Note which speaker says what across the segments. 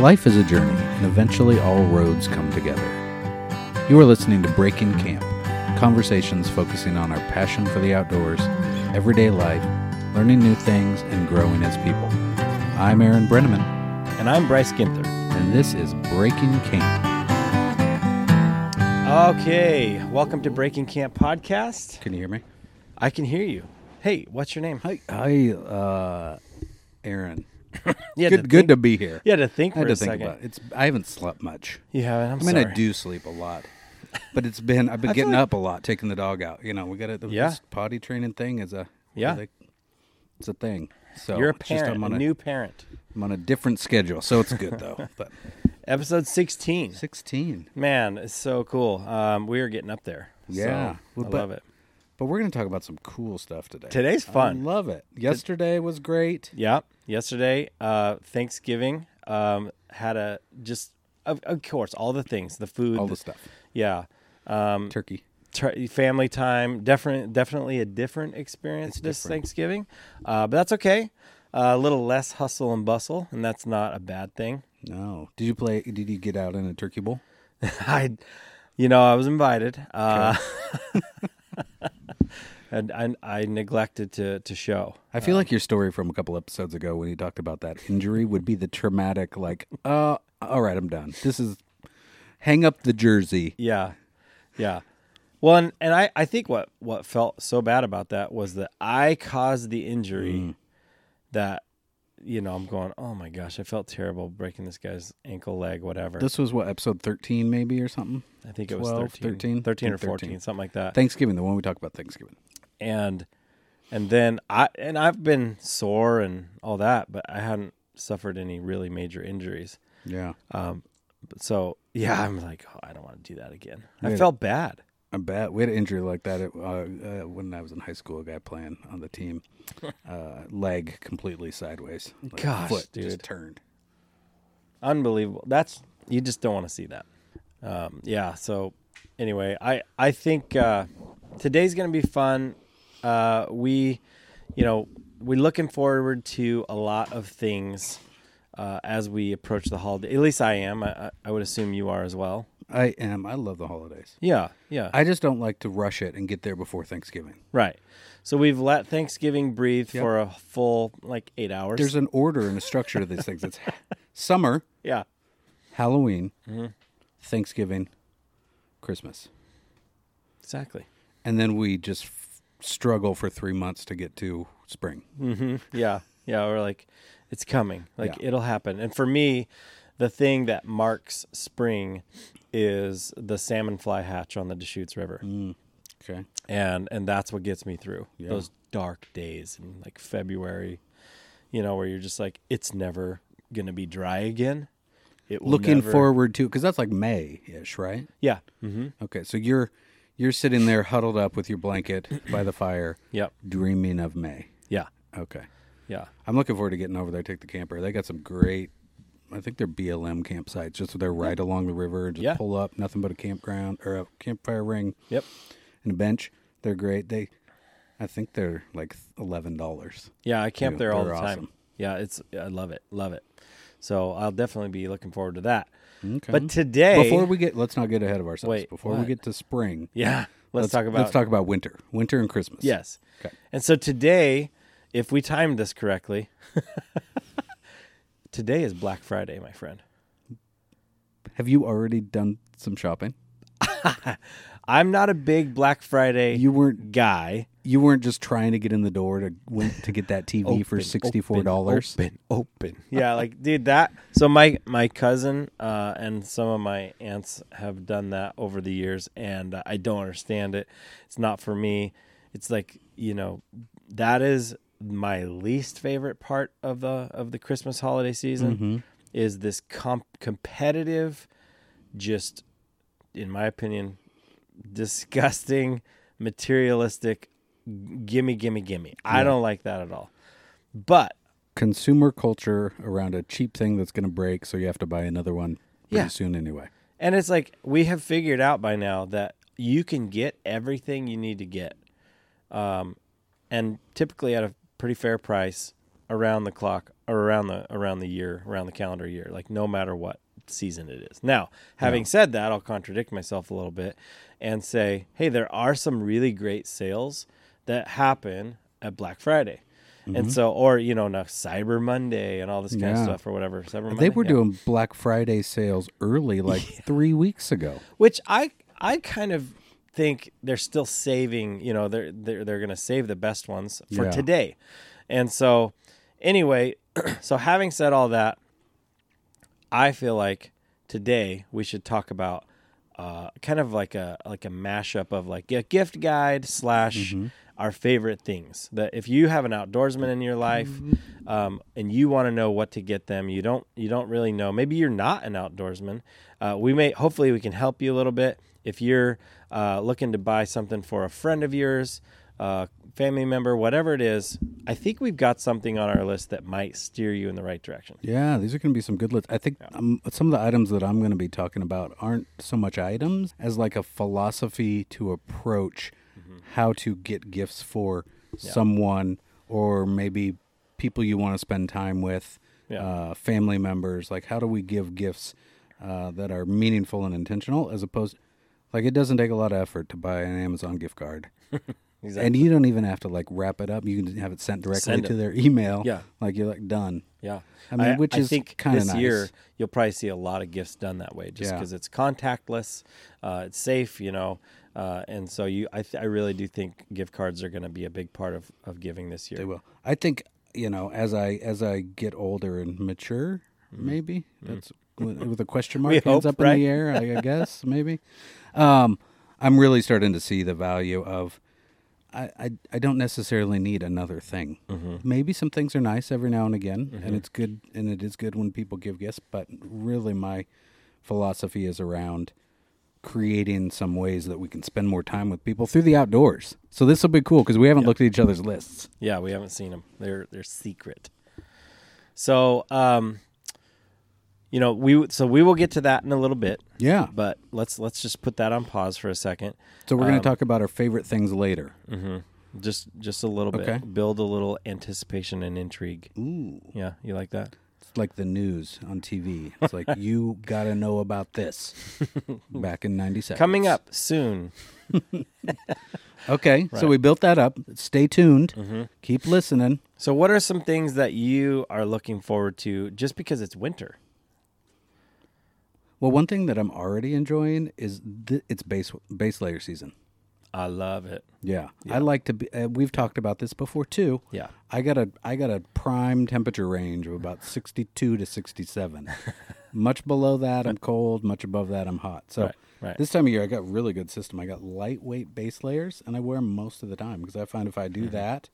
Speaker 1: Life is a journey, and eventually all roads come together. You are listening to Break in Camp, conversations focusing on our passion for the outdoors, everyday life, learning new things, and growing as people. I'm Aaron Brenneman,
Speaker 2: And I'm Bryce Ginther.
Speaker 1: and this is Breaking Camp.
Speaker 2: Okay, welcome to Breaking Camp Podcast.
Speaker 1: Can you hear me?
Speaker 2: I can hear you. Hey, what's your name?
Speaker 1: Hi, hi uh, Aaron.
Speaker 2: Yeah,
Speaker 1: good, good to be here.
Speaker 2: Yeah, to
Speaker 1: I
Speaker 2: think for
Speaker 1: had to
Speaker 2: a
Speaker 1: think
Speaker 2: second.
Speaker 1: about it. It's, I haven't slept much.
Speaker 2: Yeah, I'm
Speaker 1: I mean,
Speaker 2: sorry.
Speaker 1: I do sleep a lot, but it's been I've been
Speaker 2: I feel
Speaker 1: getting
Speaker 2: like-
Speaker 1: up a lot, taking the dog out. You know, we got to
Speaker 2: Yeah.
Speaker 1: This potty training thing is a
Speaker 2: Yeah.
Speaker 1: like, it's a thing. So
Speaker 2: You're a
Speaker 1: it's just
Speaker 2: parent,
Speaker 1: I'm on
Speaker 2: a new parent.
Speaker 1: I'm on a different schedule, so it's good though. but
Speaker 2: Episode 16.
Speaker 1: 16,
Speaker 2: Man, it's so cool. Um, we are getting up there.
Speaker 1: Yeah.
Speaker 2: so
Speaker 1: Well,
Speaker 2: I
Speaker 1: but-
Speaker 2: love it.
Speaker 1: but we're gonna talk about some cool stuff today.
Speaker 2: Today's
Speaker 1: I
Speaker 2: fun.
Speaker 1: love it. Yesterday was great.
Speaker 2: Yeah. Yesterday, uh, Thanksgiving um, had a just of, of course all the things, the food,
Speaker 1: All the stuff.
Speaker 2: yeah, um,
Speaker 1: Turkey.
Speaker 2: tr- family time. Definitely, definitely a different experience this
Speaker 1: different.
Speaker 2: Thanksgiving, uh, but that's okay. Uh, a little less hustle and bustle, and that's not a bad thing.
Speaker 1: No. Did you play? Did you get out in a turkey bowl?
Speaker 2: I, you know, I was invited, uh, and I, I neglected to to show.
Speaker 1: I feel like your story from a couple episodes ago when you talked about that injury would be the traumatic, like, uh, all right, I'm done. This is hang up the jersey.
Speaker 2: Yeah, yeah. Well, and, and I, I think what what felt so bad about that was that I caused the injury that you know I'm going oh my gosh I felt terrible breaking this guy's ankle leg whatever
Speaker 1: This was what episode 13, maybe or something.
Speaker 2: I think it
Speaker 1: 12,
Speaker 2: was 13,
Speaker 1: 13?
Speaker 2: 13 or
Speaker 1: 13.
Speaker 2: 14 something like that
Speaker 1: Thanksgiving, the one we talked about Thanksgiving.
Speaker 2: and and then I and I've been sore and all that but I hadn't suffered any really major injuries
Speaker 1: Yeah,
Speaker 2: But so yeah I'm like oh, I don't want to do that again
Speaker 1: Yeah.
Speaker 2: I felt bad
Speaker 1: I bet we had an injury like that at, uh, uh, when I was in high school. A guy playing on the team, uh, leg completely sideways. Like,
Speaker 2: Gosh,
Speaker 1: foot just
Speaker 2: dude.
Speaker 1: turned.
Speaker 2: unbelievable. That's you just don't want to see that. Um, yeah. So anyway, I I think uh, today's gonna be fun. Uh, we, you know, we're looking forward to a lot of things uh, as we approach the holiday. At least I am. I, I- I would assume you are as well.
Speaker 1: I am. I love the holidays.
Speaker 2: Yeah. Yeah.
Speaker 1: I just don't like to rush it and get there before Thanksgiving.
Speaker 2: right. So we've let Thanksgiving breathe for a full like eight hours.
Speaker 1: There's an order and a structure to these things. It's summer.
Speaker 2: yeah.
Speaker 1: Halloween,
Speaker 2: Mm-hmm.
Speaker 1: Thanksgiving, Christmas.
Speaker 2: Exactly.
Speaker 1: And then we just f- struggle for three months to get to spring.
Speaker 2: yeah yeah or like it's coming like
Speaker 1: Yeah.
Speaker 2: it'll happen and for me the thing that marks spring is the salmon fly hatch on the deschutes river
Speaker 1: Okay.
Speaker 2: and and that's what gets me through
Speaker 1: Mm. Yeah.
Speaker 2: those dark days in like february you know where you're just like it's never gonna be dry again it will
Speaker 1: Looking
Speaker 2: never-
Speaker 1: forward to because that's like May ish, right?
Speaker 2: yeah mm-hmm.
Speaker 1: Okay. So you're you're sitting there huddled up with your blanket by the fire,
Speaker 2: yep
Speaker 1: dreaming of May.
Speaker 2: yeah
Speaker 1: Okay.
Speaker 2: yeah
Speaker 1: I'm looking forward to getting over there, take the camper. They got some great I think they're BLM campsites, just they're right along the river, just
Speaker 2: Mm-hmm. Yeah.
Speaker 1: pull up, nothing but a campground or a campfire ring.
Speaker 2: yep
Speaker 1: and a bench. They're great. They, I think they're like eleven dollars.
Speaker 2: Yeah, I camp
Speaker 1: They're-
Speaker 2: there all the
Speaker 1: they're
Speaker 2: time.
Speaker 1: awesome.
Speaker 2: Yeah, it's I love it, love it. So I'll definitely be looking forward to that.
Speaker 1: Okay.
Speaker 2: But today,
Speaker 1: Before we get, let's not get ahead of ourselves.
Speaker 2: Wait,
Speaker 1: Before we
Speaker 2: what?
Speaker 1: get to spring,
Speaker 2: yeah, let's, talk about
Speaker 1: let's talk about winter, winter and Christmas.
Speaker 2: yes.
Speaker 1: Okay.
Speaker 2: And so today, if we timed this correctly, today is Black Friday, my friend.
Speaker 1: Have you already done some shopping?
Speaker 2: I'm not a big Black Friday
Speaker 1: You weren't.
Speaker 2: guy.
Speaker 1: You weren't just trying to get in the door to win, to get that TV for sixty four dollars.
Speaker 2: Open, open. yeah, like dude, that. So my my cousin uh, and some of my aunts have done that over the years, and uh, I don't understand it. It's not for me. It's like you know, that is my least favorite part of the of the Christmas holiday season
Speaker 1: Mm-hmm.
Speaker 2: is this comp- competitive, just in my opinion, disgusting, materialistic. Gimme, gimme, gimme. I don't like that at all. But
Speaker 1: Consumer culture around a cheap thing that's going to break, so you have to buy another one pretty
Speaker 2: Yeah.
Speaker 1: soon anyway.
Speaker 2: And it's like we have figured out by now that you can get everything you need to get, um, and typically at a pretty fair price around the clock or around the around the year, around the calendar year, like no matter what season it is. Now, having said that, I'll contradict myself a little bit and say, hey, there are some really great sales that happen at Black Friday. And so, or you know, now Cyber Monday and all this kind of
Speaker 1: Mm-hmm. Yeah.
Speaker 2: stuff, or whatever. Cyber Monday.
Speaker 1: They were
Speaker 2: yeah.
Speaker 1: doing Black Friday sales early, like three weeks ago.
Speaker 2: which I I kind of think they're still saving. You know, they're they're they're going to save the best ones for
Speaker 1: Yeah.
Speaker 2: today, and so anyway, so having said all that, I feel like today we should talk about uh, kind of like a like a mashup of like a gift guide slash our favorite things. That if you have an outdoorsman in your life um, and you want to know what to get them, you don't you don't really know. Maybe you're not an outdoorsman. Uh, we may hopefully we can help you a little bit if you're uh, looking to buy something for a friend of yours. Uh, family member, whatever it is, I think we've got something on our list that might steer you in the right direction.
Speaker 1: Yeah, these are going to be some good lists. I think um, some of the items that I'm going to be talking about aren't so much items as like a philosophy to approach
Speaker 2: Mm-hmm.
Speaker 1: how to get gifts for someone or maybe people you want to spend time with,
Speaker 2: Yeah.
Speaker 1: uh, family members. Like, how do we give gifts uh, that are meaningful and intentional as opposed like it doesn't take a lot of effort to buy an Amazon gift card.
Speaker 2: Exactly.
Speaker 1: and you don't even have to like wrap it up. You can have it sent directly
Speaker 2: Send
Speaker 1: to
Speaker 2: it.
Speaker 1: their email.
Speaker 2: Yeah.
Speaker 1: Like you're like done.
Speaker 2: Yeah.
Speaker 1: I mean, which is kinda
Speaker 2: this
Speaker 1: nice.
Speaker 2: year you'll probably see a lot of gifts done that way, just
Speaker 1: Yeah.
Speaker 2: because it's contactless, uh, it's safe, you know, uh, and so you, I, th- I really do think gift cards are going to be a big part of, of giving this year.
Speaker 1: They will. I think you know as I as I get older and mature, maybe that's with, with a question mark hands
Speaker 2: Mm-hmm. hope,
Speaker 1: up in
Speaker 2: right?
Speaker 1: the air. I, I guess maybe. Um, I'm really starting to see the value of. I, I, I don't necessarily need another thing.
Speaker 2: Mm-hmm.
Speaker 1: Maybe some things are nice every now and again, and it's good, and it is good when people give gifts. But really, my philosophy is around creating some ways that we can spend more time with people through the outdoors. So this will be cool because we haven't looked at each other's lists.
Speaker 2: Yeah, we haven't seen them. They're they're secret. So, um, you know, we w- so we will get to that in a little bit,
Speaker 1: Yeah,
Speaker 2: but let's let's just put that on pause for a second.
Speaker 1: So we're
Speaker 2: Um,
Speaker 1: going to talk about our favorite things later.
Speaker 2: Just just a little
Speaker 1: Okay.
Speaker 2: bit. Build a little anticipation and intrigue.
Speaker 1: Ooh,
Speaker 2: Yeah, you like that?
Speaker 1: it's like the news on TV. It's like you got to know about this. Back in '97.
Speaker 2: Coming up soon.
Speaker 1: Okay, so we built that up. Stay tuned.
Speaker 2: Mm-hmm.
Speaker 1: Keep listening.
Speaker 2: So, what are some things that you are looking forward to just because it's winter?
Speaker 1: Well, one thing that I'm already enjoying is th- it's base base layer season.
Speaker 2: I love it.
Speaker 1: Yeah. I like to be. Uh, we've talked about this before too.
Speaker 2: Yeah.
Speaker 1: I got a I got a prime temperature range of about 62 to 67. much below that, I'm cold. Much above that, I'm hot. So
Speaker 2: Right, right.
Speaker 1: this time of year, I got really good system. I got lightweight base layers, and I wear 'em most of the time because I find if I
Speaker 2: Mm-hmm.
Speaker 1: do that,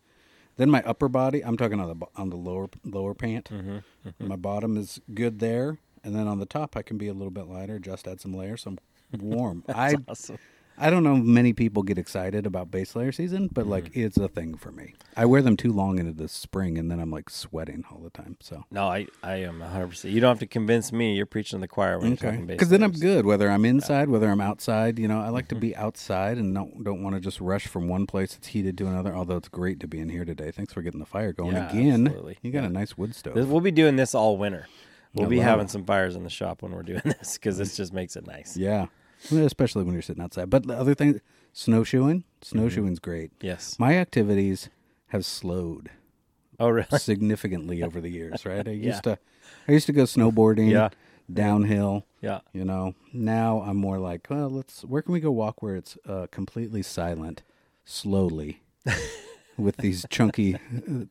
Speaker 1: then my upper body. I'm talking on the bo- on the lower lower pant.
Speaker 2: Mm-hmm,
Speaker 1: My bottom is good there, and then on the top, I can be a little bit lighter. Just add some layers, so I'm warm. I
Speaker 2: Awesome.
Speaker 1: I don't know if many people get excited about base layer season, but like
Speaker 2: Mm-hmm.
Speaker 1: it's a thing for me. I wear them too long into the spring and then I'm like sweating all the time. So
Speaker 2: No, I, I am 100%. You don't have to convince me. You're preaching to the choir when you're talking
Speaker 1: Because then I'm
Speaker 2: bass
Speaker 1: good whether I'm inside, whether I'm outside. You know, I like to
Speaker 2: Mm-hmm.
Speaker 1: be outside and don't don't want to just rush from one place that's heated to another. Although it's great to be in here today. Thanks for getting the fire going
Speaker 2: Yeah,
Speaker 1: again.
Speaker 2: absolutely.
Speaker 1: You got a nice wood stove.
Speaker 2: layers. This- We'll be doing this all winter. We'll be
Speaker 1: love
Speaker 2: having some fires in the shop when we're doing this because this just makes it nice.
Speaker 1: yeah, Well, especially when you're sitting outside. But the other thing, snowshoeing.
Speaker 2: Mm-hmm.
Speaker 1: Snowshoeing's great.
Speaker 2: Yes.
Speaker 1: My activities have slowed.
Speaker 2: Oh, really?
Speaker 1: significantly over the years, right? I used to I used to go snowboarding
Speaker 2: Yeah.
Speaker 1: downhill.
Speaker 2: Yeah.
Speaker 1: You know. Now I'm more like, well, let's where can we go walk where it's uh, completely silent, slowly, with these chunky, uh,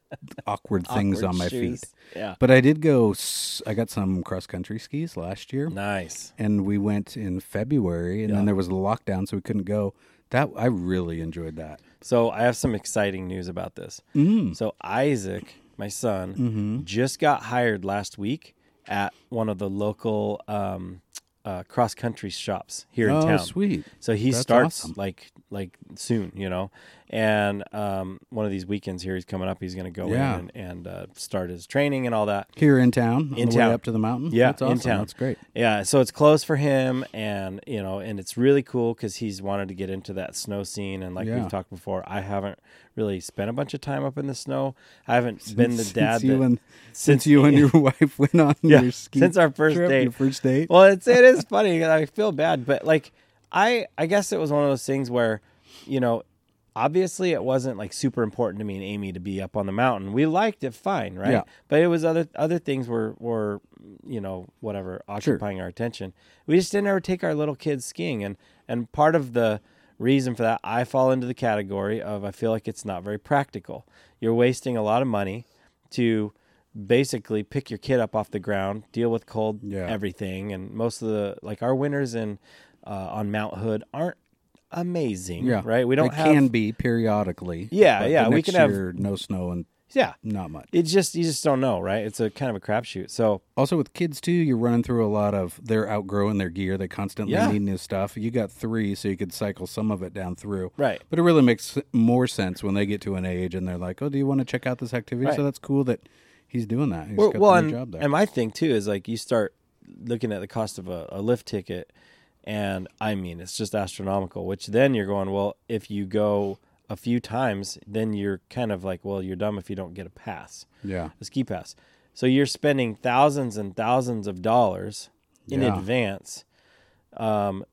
Speaker 1: awkward things
Speaker 2: Awkward
Speaker 1: on my
Speaker 2: shoes.
Speaker 1: feet.
Speaker 2: Yeah.
Speaker 1: But I did go. s- I got some cross country skis last year,
Speaker 2: Nice.
Speaker 1: and we went in February, and then there was a lockdown, so we couldn't go. That I really enjoyed that.
Speaker 2: So I have some exciting news about this.
Speaker 1: Mm.
Speaker 2: So Isaac, my son,
Speaker 1: Mm-hmm.
Speaker 2: just got hired last week at one of the local um, uh, cross country shops here in
Speaker 1: oh,
Speaker 2: town.
Speaker 1: sweet!
Speaker 2: So he
Speaker 1: That's
Speaker 2: starts
Speaker 1: awesome.
Speaker 2: like like soon, you know, and um, one of these weekends here he's coming up. He's going to go
Speaker 1: Yeah.
Speaker 2: in and, and uh, start his training and all that.
Speaker 1: Here in town, on
Speaker 2: In
Speaker 1: the way
Speaker 2: town.
Speaker 1: up to the mountain.
Speaker 2: Yeah,
Speaker 1: that's awesome.
Speaker 2: in town.
Speaker 1: That's great.
Speaker 2: Yeah, so it's close for him, and you know, and it's really cool because he's wanted to get into that snow scene, and like
Speaker 1: Yeah.
Speaker 2: we've talked before, I haven't really spent a bunch of time up in the snow. I haven't
Speaker 1: Since,
Speaker 2: been the dad
Speaker 1: since you
Speaker 2: that-
Speaker 1: and since you and your wife went on
Speaker 2: yeah,
Speaker 1: your ski
Speaker 2: since our first
Speaker 1: trip,
Speaker 2: date.
Speaker 1: your first date.
Speaker 2: Well, it's it is funny. 'cause I feel bad, but like I I guess it was one of those things where, you know, obviously it wasn't like super important to me and Amy to be up on the mountain. We liked it fine, right?
Speaker 1: Yeah.
Speaker 2: But it was other other things were were you know whatever occupying our attention. We just didn't ever take our little kids skiing, and and part of the reason for that I fall into the category of I feel like it's not very practical. You're wasting a lot of money to basically pick your kid up off the ground, deal with cold,
Speaker 1: Yeah.
Speaker 2: everything, and most of the like our winters in uh, on Mount Hood aren't amazing,
Speaker 1: yeah,
Speaker 2: right? We don't
Speaker 1: It
Speaker 2: have
Speaker 1: can be periodically.
Speaker 2: Yeah,
Speaker 1: but the
Speaker 2: yeah, we
Speaker 1: next
Speaker 2: can have-
Speaker 1: year, no snow and
Speaker 2: yeah.
Speaker 1: not much.
Speaker 2: It's just you just don't know, right? It's a kind of a crapshoot. So
Speaker 1: Also with kids too, you're running through a lot of they're outgrowing their gear. They constantly
Speaker 2: Yeah.
Speaker 1: need new stuff. You got three, so you could cycle some of it down through.
Speaker 2: right,
Speaker 1: But it really makes more sense when they get to an age and they're like, "Oh, do you want to check out this activity?"
Speaker 2: Right.
Speaker 1: So that's cool that he's doing that. He's
Speaker 2: well,
Speaker 1: got
Speaker 2: well
Speaker 1: the new
Speaker 2: and,
Speaker 1: job there.
Speaker 2: and my thing too is like you start looking at the cost of a, a lift ticket, and I mean it's just astronomical. Which then you're going, well, if you go a few times, then you're kind of like, well, you're dumb if you don't get a pass.
Speaker 1: yeah,
Speaker 2: a ski pass. So you're spending thousands and thousands of dollars in
Speaker 1: Yeah.
Speaker 2: advance. Um,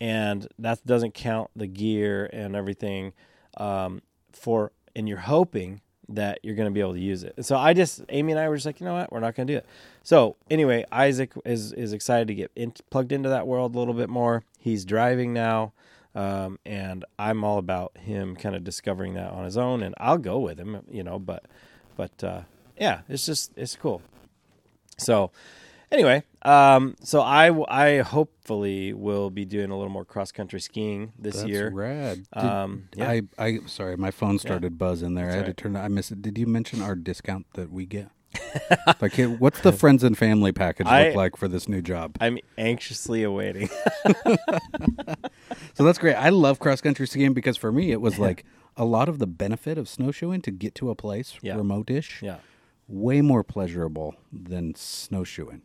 Speaker 2: and that doesn't count the gear and everything um, for, and you're hoping that you're going to be able to use it. So I just, Amy and I were just like, you know what, we're not going to do it. So anyway, Isaac is, is excited to get in, plugged into that world a little bit more. He's driving now. Um, and I'm all about him kind of discovering that on his own and I'll go with him, you know, but, but, uh, yeah, it's just, it's cool. So, anyway, um, so I w- I hopefully will be doing a little more cross country skiing this
Speaker 1: that's
Speaker 2: year.
Speaker 1: rad. Did-
Speaker 2: Um, yeah.
Speaker 1: I, I sorry, my phone started buzzing there. I had
Speaker 2: all
Speaker 1: to
Speaker 2: right.
Speaker 1: turn. it- I missed it. Did you mention our discount that we get? like, hey, what's the friends and family package
Speaker 2: I-
Speaker 1: look like for this new job?
Speaker 2: I'm anxiously awaiting.
Speaker 1: So that's great. I love cross country skiing because for me it was like a lot of the benefit of snowshoeing to get to a place
Speaker 2: Yeah.
Speaker 1: remote-ish.
Speaker 2: yeah,
Speaker 1: Way more pleasurable than snowshoeing.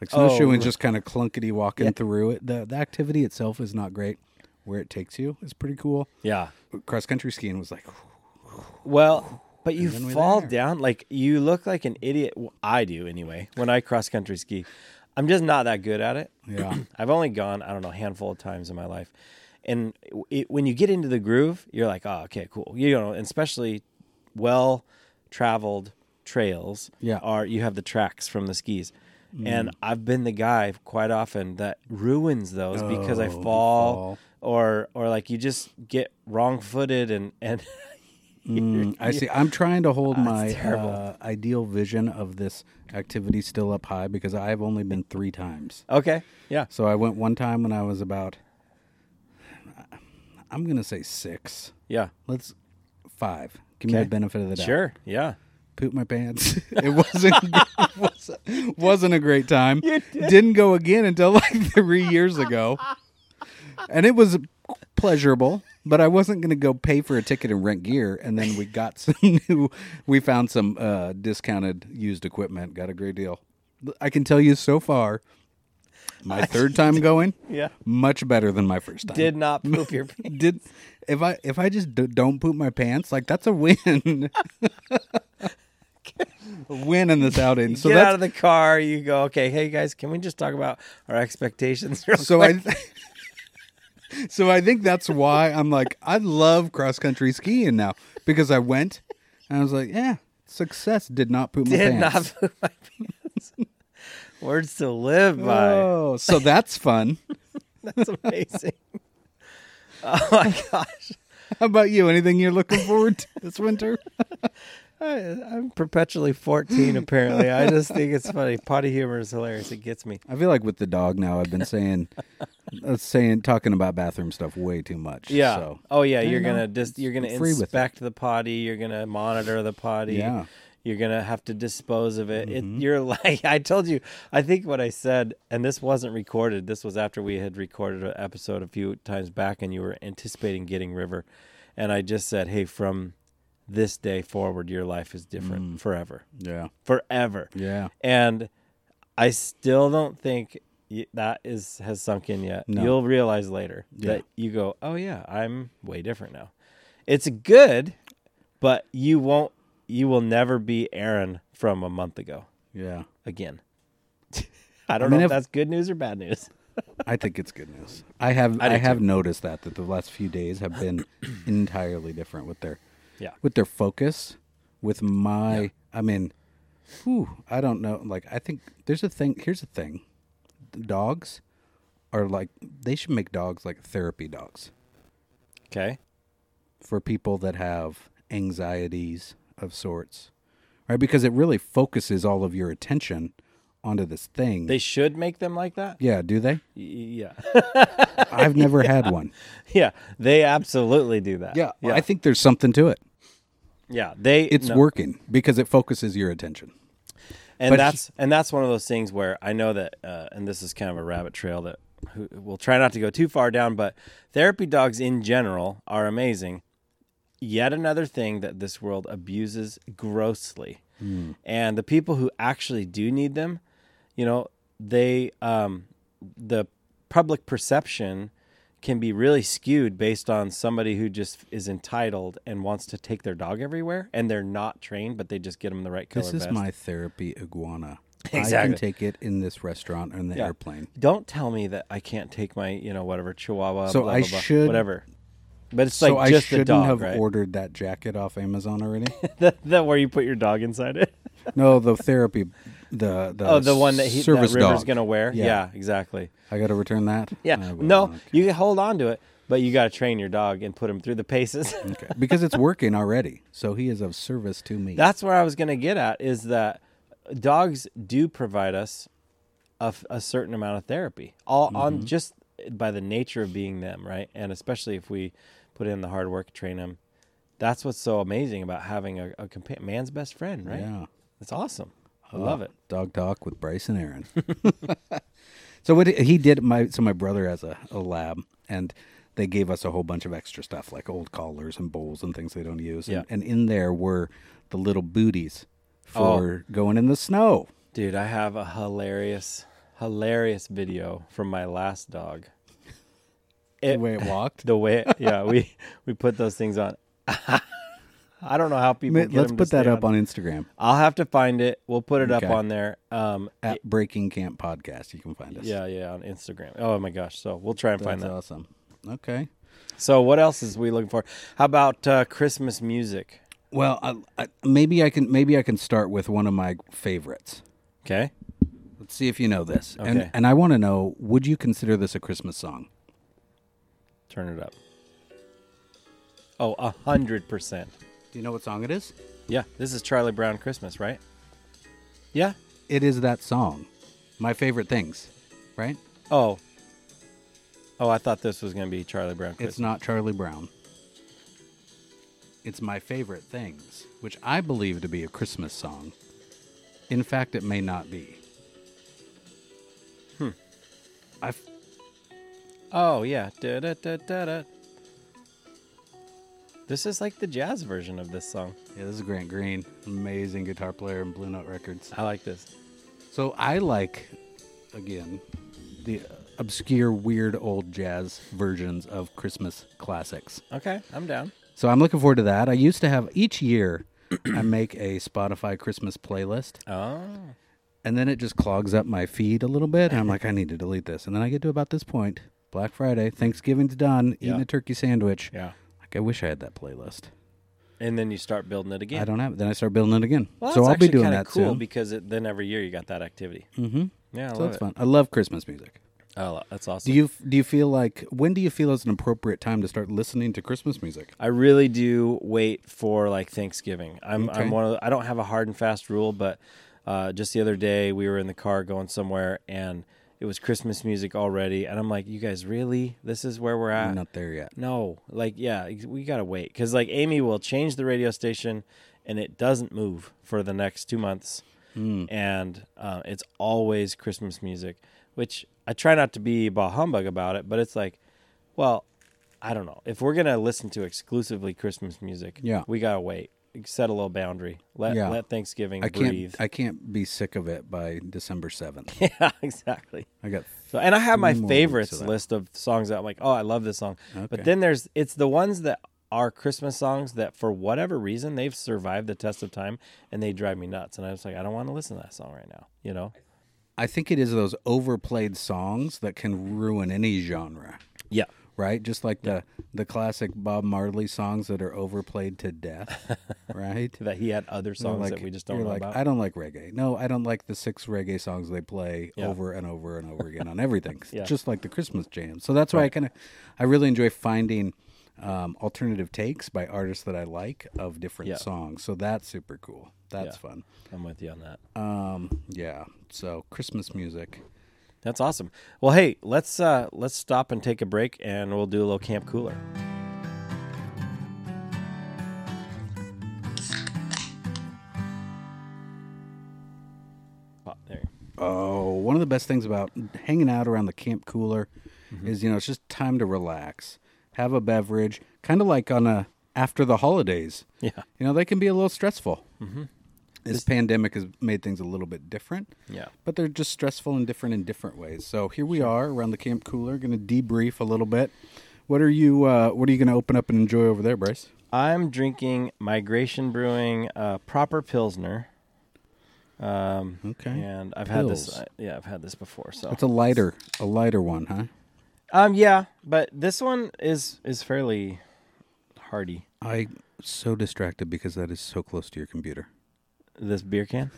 Speaker 1: Like
Speaker 2: Oh,
Speaker 1: snowshoeing
Speaker 2: right.
Speaker 1: just kind of clunkety walking through it. The the activity itself is not great. Where it takes you is pretty cool.
Speaker 2: yeah.
Speaker 1: Cross country skiing was like
Speaker 2: Well, but you
Speaker 1: then we're
Speaker 2: fall
Speaker 1: there.
Speaker 2: down like you look like an idiot. Well, I do anyway when I cross country ski. I'm just not that good at it.
Speaker 1: Yeah.
Speaker 2: I've only gone I don't know a handful of times in my life, and it, when you get into the groove, you're like, oh, okay, cool. You know, and especially well traveled trails.
Speaker 1: Yeah. Mm.
Speaker 2: are you have the tracks from the skis. And I've been the guy quite often that ruins those because
Speaker 1: Oh,
Speaker 2: I
Speaker 1: you
Speaker 2: fall,
Speaker 1: fall.
Speaker 2: or or like you just get wrong footed and and
Speaker 1: Mm, I see. I'm trying to hold my
Speaker 2: Ah, terrible.
Speaker 1: uh, ideal vision of this activity still up high because I've only been three times.
Speaker 2: okay, yeah,
Speaker 1: So I went one time when I was about, I'm going to say six.
Speaker 2: yeah.
Speaker 1: Let's, five. Give me the
Speaker 2: Okay.
Speaker 1: benefit of the doubt.
Speaker 2: Sure. Yeah.
Speaker 1: Poop my pants. it wasn't, it wasn't, wasn't a great time.
Speaker 2: You did.
Speaker 1: Didn't go again until like three years ago. And it was pleasurable, but I wasn't going to go pay for a ticket and rent gear. And then we got some new, we found some uh, discounted used equipment, got a great deal. I can tell you so far, my third time going,
Speaker 2: Yeah.
Speaker 1: much better than my first time.
Speaker 2: Did not poop your pants.
Speaker 1: Did if I if I just d- don't poop my pants, like that's a win. a win in this outing. So
Speaker 2: Get
Speaker 1: that's
Speaker 2: out of the car. You go, okay, hey guys, can we just talk about our expectations? Real
Speaker 1: so
Speaker 2: quick?
Speaker 1: I. so I think that's why I'm like I love cross country skiing now because I went and I was like, yeah, success did not poop my
Speaker 2: did
Speaker 1: pants.
Speaker 2: not poop my pants. Words to live by.
Speaker 1: Oh, so that's fun.
Speaker 2: That's amazing. oh my gosh.
Speaker 1: How about you? Anything you're looking forward to this winter?
Speaker 2: I, I'm perpetually 14, apparently. I just think it's funny. Potty humor is hilarious. It gets me.
Speaker 1: I feel like with the dog now, I've been saying, uh, saying, talking about bathroom stuff way too much.
Speaker 2: Yeah.
Speaker 1: So.
Speaker 2: oh yeah.
Speaker 1: you
Speaker 2: You're
Speaker 1: know,
Speaker 2: gonna dis- you're gonna
Speaker 1: free with it.
Speaker 2: inspect the potty. You're gonna monitor the potty.
Speaker 1: Yeah. Mm-hmm.
Speaker 2: You're gonna have to dispose of it. It you're like I told you. I think what I said, and this wasn't recorded. This was after we had recorded an episode a few times back, and you were anticipating getting River, and I just said, hey, from this day forward, your life is
Speaker 1: Mm.
Speaker 2: different forever,
Speaker 1: Yeah.
Speaker 2: forever,
Speaker 1: Yeah.
Speaker 2: and I still don't think. y- That is has sunk in yet.
Speaker 1: No.
Speaker 2: You'll realize later
Speaker 1: Yeah.
Speaker 2: that you go, oh yeah, I'm way different now. It's good, but you won't. You will never be Aaron from a month ago
Speaker 1: Yeah.
Speaker 2: again. I don't
Speaker 1: mean, if-
Speaker 2: know if that's good news or bad news.
Speaker 1: I think it's good news. I have
Speaker 2: I do
Speaker 1: I, have noticed that that the last few days have been entirely different with their
Speaker 2: Yeah.
Speaker 1: with their focus with my I mean whew, I don't know like I think there's a thing here's a thing dogs are like they should make dogs like therapy dogs
Speaker 2: Okay.
Speaker 1: for people that have anxieties of sorts right because it really focuses all of your attention onto this thing
Speaker 2: They should make them like that.
Speaker 1: yeah do they
Speaker 2: Y- Yeah.
Speaker 1: I've never had one
Speaker 2: yeah. They absolutely do that.
Speaker 1: yeah,
Speaker 2: Yeah.
Speaker 1: I think there's something to it
Speaker 2: yeah. They.
Speaker 1: it's
Speaker 2: no.
Speaker 1: working because it focuses your attention.
Speaker 2: and
Speaker 1: But
Speaker 2: that's and that's one of those things where I know that, uh, and this is kind of a rabbit trail that who- we'll try not to go too far down. But therapy dogs in general are amazing. Yet another thing that this world abuses grossly,
Speaker 1: Hmm.
Speaker 2: and the people who actually do need them, you know, they um, the public perception can be really skewed based on somebody who just is entitled and wants to take their dog everywhere, and they're not trained, but they just get them the right color
Speaker 1: This is
Speaker 2: vest.
Speaker 1: my therapy iguana. I can
Speaker 2: Exactly.
Speaker 1: take it in this restaurant or in the airplane.
Speaker 2: Don't tell me that I can't take my, you know, whatever Chihuahua.
Speaker 1: So
Speaker 2: blah,
Speaker 1: I
Speaker 2: blah, blah,
Speaker 1: should-
Speaker 2: whatever. But it's
Speaker 1: So
Speaker 2: like
Speaker 1: I
Speaker 2: just the
Speaker 1: shouldn't
Speaker 2: dog,
Speaker 1: have
Speaker 2: right?
Speaker 1: ordered that jacket off Amazon already.
Speaker 2: that, that where you put your dog inside it.
Speaker 1: no, the therapy, the the
Speaker 2: Oh, the one that he
Speaker 1: service
Speaker 2: that River's
Speaker 1: dog.
Speaker 2: gonna wear.
Speaker 1: Yeah.
Speaker 2: Yeah, exactly.
Speaker 1: I got to return that. I
Speaker 2: Yeah.
Speaker 1: will
Speaker 2: No,
Speaker 1: not.
Speaker 2: you can hold on to it, but you got to train your dog and put him through the paces.
Speaker 1: Okay. because it's working already. So he is of service to me.
Speaker 2: That's where I was going to get at is that dogs do provide us a, f- a certain amount of therapy, all
Speaker 1: Mm-hmm.
Speaker 2: on just by the nature of being them, right? And especially if we put in the hard work, train them. That's what's so amazing about having a, a compa- man's best friend, right?
Speaker 1: Yeah.
Speaker 2: It's awesome. I love it.
Speaker 1: Dog talk with Bryce and Aaron. so what he did, my so my brother has a, a lab, and they gave us a whole bunch of extra stuff like old collars and bowls and things they don't use.
Speaker 2: Yeah.
Speaker 1: And, and in there were the little booties
Speaker 2: Oh.
Speaker 1: for going in the snow.
Speaker 2: Dude, I have a hilarious, hilarious video from my last dog.
Speaker 1: the way it walked.
Speaker 2: The way, yeah, we we put those things on. I don't know how people.
Speaker 1: Ma-
Speaker 2: get
Speaker 1: Let's
Speaker 2: them to
Speaker 1: put that
Speaker 2: stay
Speaker 1: up on Instagram
Speaker 2: I'll have to find it. We'll put it
Speaker 1: Okay.
Speaker 2: up on there. Um,
Speaker 1: at Breaking Camp Podcast. You can find us.
Speaker 2: yeah, yeah, on Instagram. Oh my gosh! So we'll try and
Speaker 1: that's
Speaker 2: find that.
Speaker 1: awesome. Okay.
Speaker 2: So what else is we looking for? How about uh, Christmas music?
Speaker 1: Well, I, I, maybe I can maybe I can start with one of my favorites.
Speaker 2: Okay.
Speaker 1: Let's see if you know this. And
Speaker 2: Okay.
Speaker 1: and I want to know, would you consider this a Christmas song?
Speaker 2: Turn it up. Oh, a hundred percent.
Speaker 1: Do you know what song it is?
Speaker 2: Yeah, this is Charlie Brown Christmas, right? Yeah.
Speaker 1: It is that song. My favorite things, right?
Speaker 2: Oh. Oh, I thought this was gonna be Charlie Brown Christmas.
Speaker 1: It's not Charlie Brown. It's my favorite things, which I believe to be a Christmas song. In fact, it may not be. Hmm. I f-
Speaker 2: Oh yeah. Da, da, da, da, da. This is like the jazz version of this song.
Speaker 1: yeah, this is Grant Green, amazing guitar player in Blue Note Records.
Speaker 2: I like this.
Speaker 1: So I like, again, the obscure, weird old jazz versions of Christmas classics.
Speaker 2: Okay, I'm down.
Speaker 1: So I'm looking forward to that. I used to have each year I make a Spotify Christmas playlist
Speaker 2: Oh.
Speaker 1: and then it just clogs up my feed a little bit and I'm like I need to delete this. And then I get to about this point, Black Friday, Thanksgiving's done, eating
Speaker 2: Yeah.
Speaker 1: a turkey sandwich.
Speaker 2: Yeah.
Speaker 1: Like I wish I had that playlist.
Speaker 2: And then you start building it again.
Speaker 1: I don't have it. Then I start building it again.
Speaker 2: Well,
Speaker 1: so
Speaker 2: that's
Speaker 1: I'll be
Speaker 2: actually
Speaker 1: doing
Speaker 2: kinda
Speaker 1: that
Speaker 2: cool
Speaker 1: soon.
Speaker 2: because it, then every year you got that activity.
Speaker 1: Mhm.
Speaker 2: Yeah, I
Speaker 1: So
Speaker 2: love
Speaker 1: that's
Speaker 2: it.
Speaker 1: fun. I love Christmas music.
Speaker 2: I lo- that's awesome.
Speaker 1: Do you do you feel like when do you feel is an appropriate time to start listening to Christmas music?
Speaker 2: I really do wait for like Thanksgiving. I'm
Speaker 1: Okay.
Speaker 2: I'm one of the, I don't have a hard and fast rule, but uh, just the other day we were in the car going somewhere and it was Christmas music already, and I'm like, you guys really? This is where we're at?
Speaker 1: I'm not there yet.
Speaker 2: No, like yeah, ex- we gotta wait because like Amy will change the radio station, and it doesn't move for the next two months,
Speaker 1: Hmm.
Speaker 2: and uh, it's always Christmas music, which I try not to be bah humbug about it, but it's like, well, I don't know if we're gonna listen to exclusively Christmas music,
Speaker 1: Yeah.
Speaker 2: we gotta wait, set a little boundary, let
Speaker 1: Yeah.
Speaker 2: let Thanksgiving
Speaker 1: I can't
Speaker 2: breathe.
Speaker 1: I can't be sick of it by December 7th.
Speaker 2: yeah, exactly.
Speaker 1: I got
Speaker 2: So, and I have my
Speaker 1: Three more weeks
Speaker 2: favorites
Speaker 1: of that.
Speaker 2: list of songs that I'm like, oh, I love this song.
Speaker 1: Okay.
Speaker 2: But then there's it's the ones that are Christmas songs that, for whatever reason, they've survived the test of time and they drive me nuts. And I was like, I don't want to listen to that song right now. You know?
Speaker 1: I think it is those overplayed songs that can ruin any genre,
Speaker 2: Yeah.
Speaker 1: right? Just like the the classic Bob Marley songs that are overplayed to death, right?
Speaker 2: That he had other
Speaker 1: They're
Speaker 2: songs
Speaker 1: like-
Speaker 2: that we just don't
Speaker 1: you're
Speaker 2: know
Speaker 1: like,
Speaker 2: about.
Speaker 1: I don't like reggae. No, I don't like the six reggae songs they play
Speaker 2: Yeah.
Speaker 1: over and over and over again on everything.
Speaker 2: Yeah.
Speaker 1: Just like the Christmas jams. So that's why I kind of, I really enjoy finding um, alternative takes by artists that I like of different
Speaker 2: Yeah.
Speaker 1: songs. So that's super cool. That's fun.
Speaker 2: I'm with you on that.
Speaker 1: Um, yeah. So Christmas music.
Speaker 2: That's awesome. Well, hey, let's uh, let's stop and take a break, and we'll do a little camp cooler. Oh, there. you go.
Speaker 1: Oh, one of the best things about hanging out around the camp cooler
Speaker 2: Mm-hmm.
Speaker 1: is you know it's just time to relax, have a beverage, kind of like on a after the holidays.
Speaker 2: Yeah,
Speaker 1: You know they can be a little stressful. Mm-hmm. This pandemic has made things a little bit different,
Speaker 2: yeah,
Speaker 1: but they're just stressful and different in different ways. So here we are around the camp cooler, going to debrief a little bit. What are you? Uh, what are you going to open up and enjoy over there, Bryce?
Speaker 2: I'm drinking Migration Brewing uh, proper Pilsner. Um,
Speaker 1: Okay.
Speaker 2: and I've had this.
Speaker 1: Pils.
Speaker 2: uh, yeah, I've had this before. So
Speaker 1: It's a lighter, a lighter one, huh?
Speaker 2: um, yeah, but this one is is fairly hearty.
Speaker 1: I so distracted because that is so close to your computer.
Speaker 2: this beer can?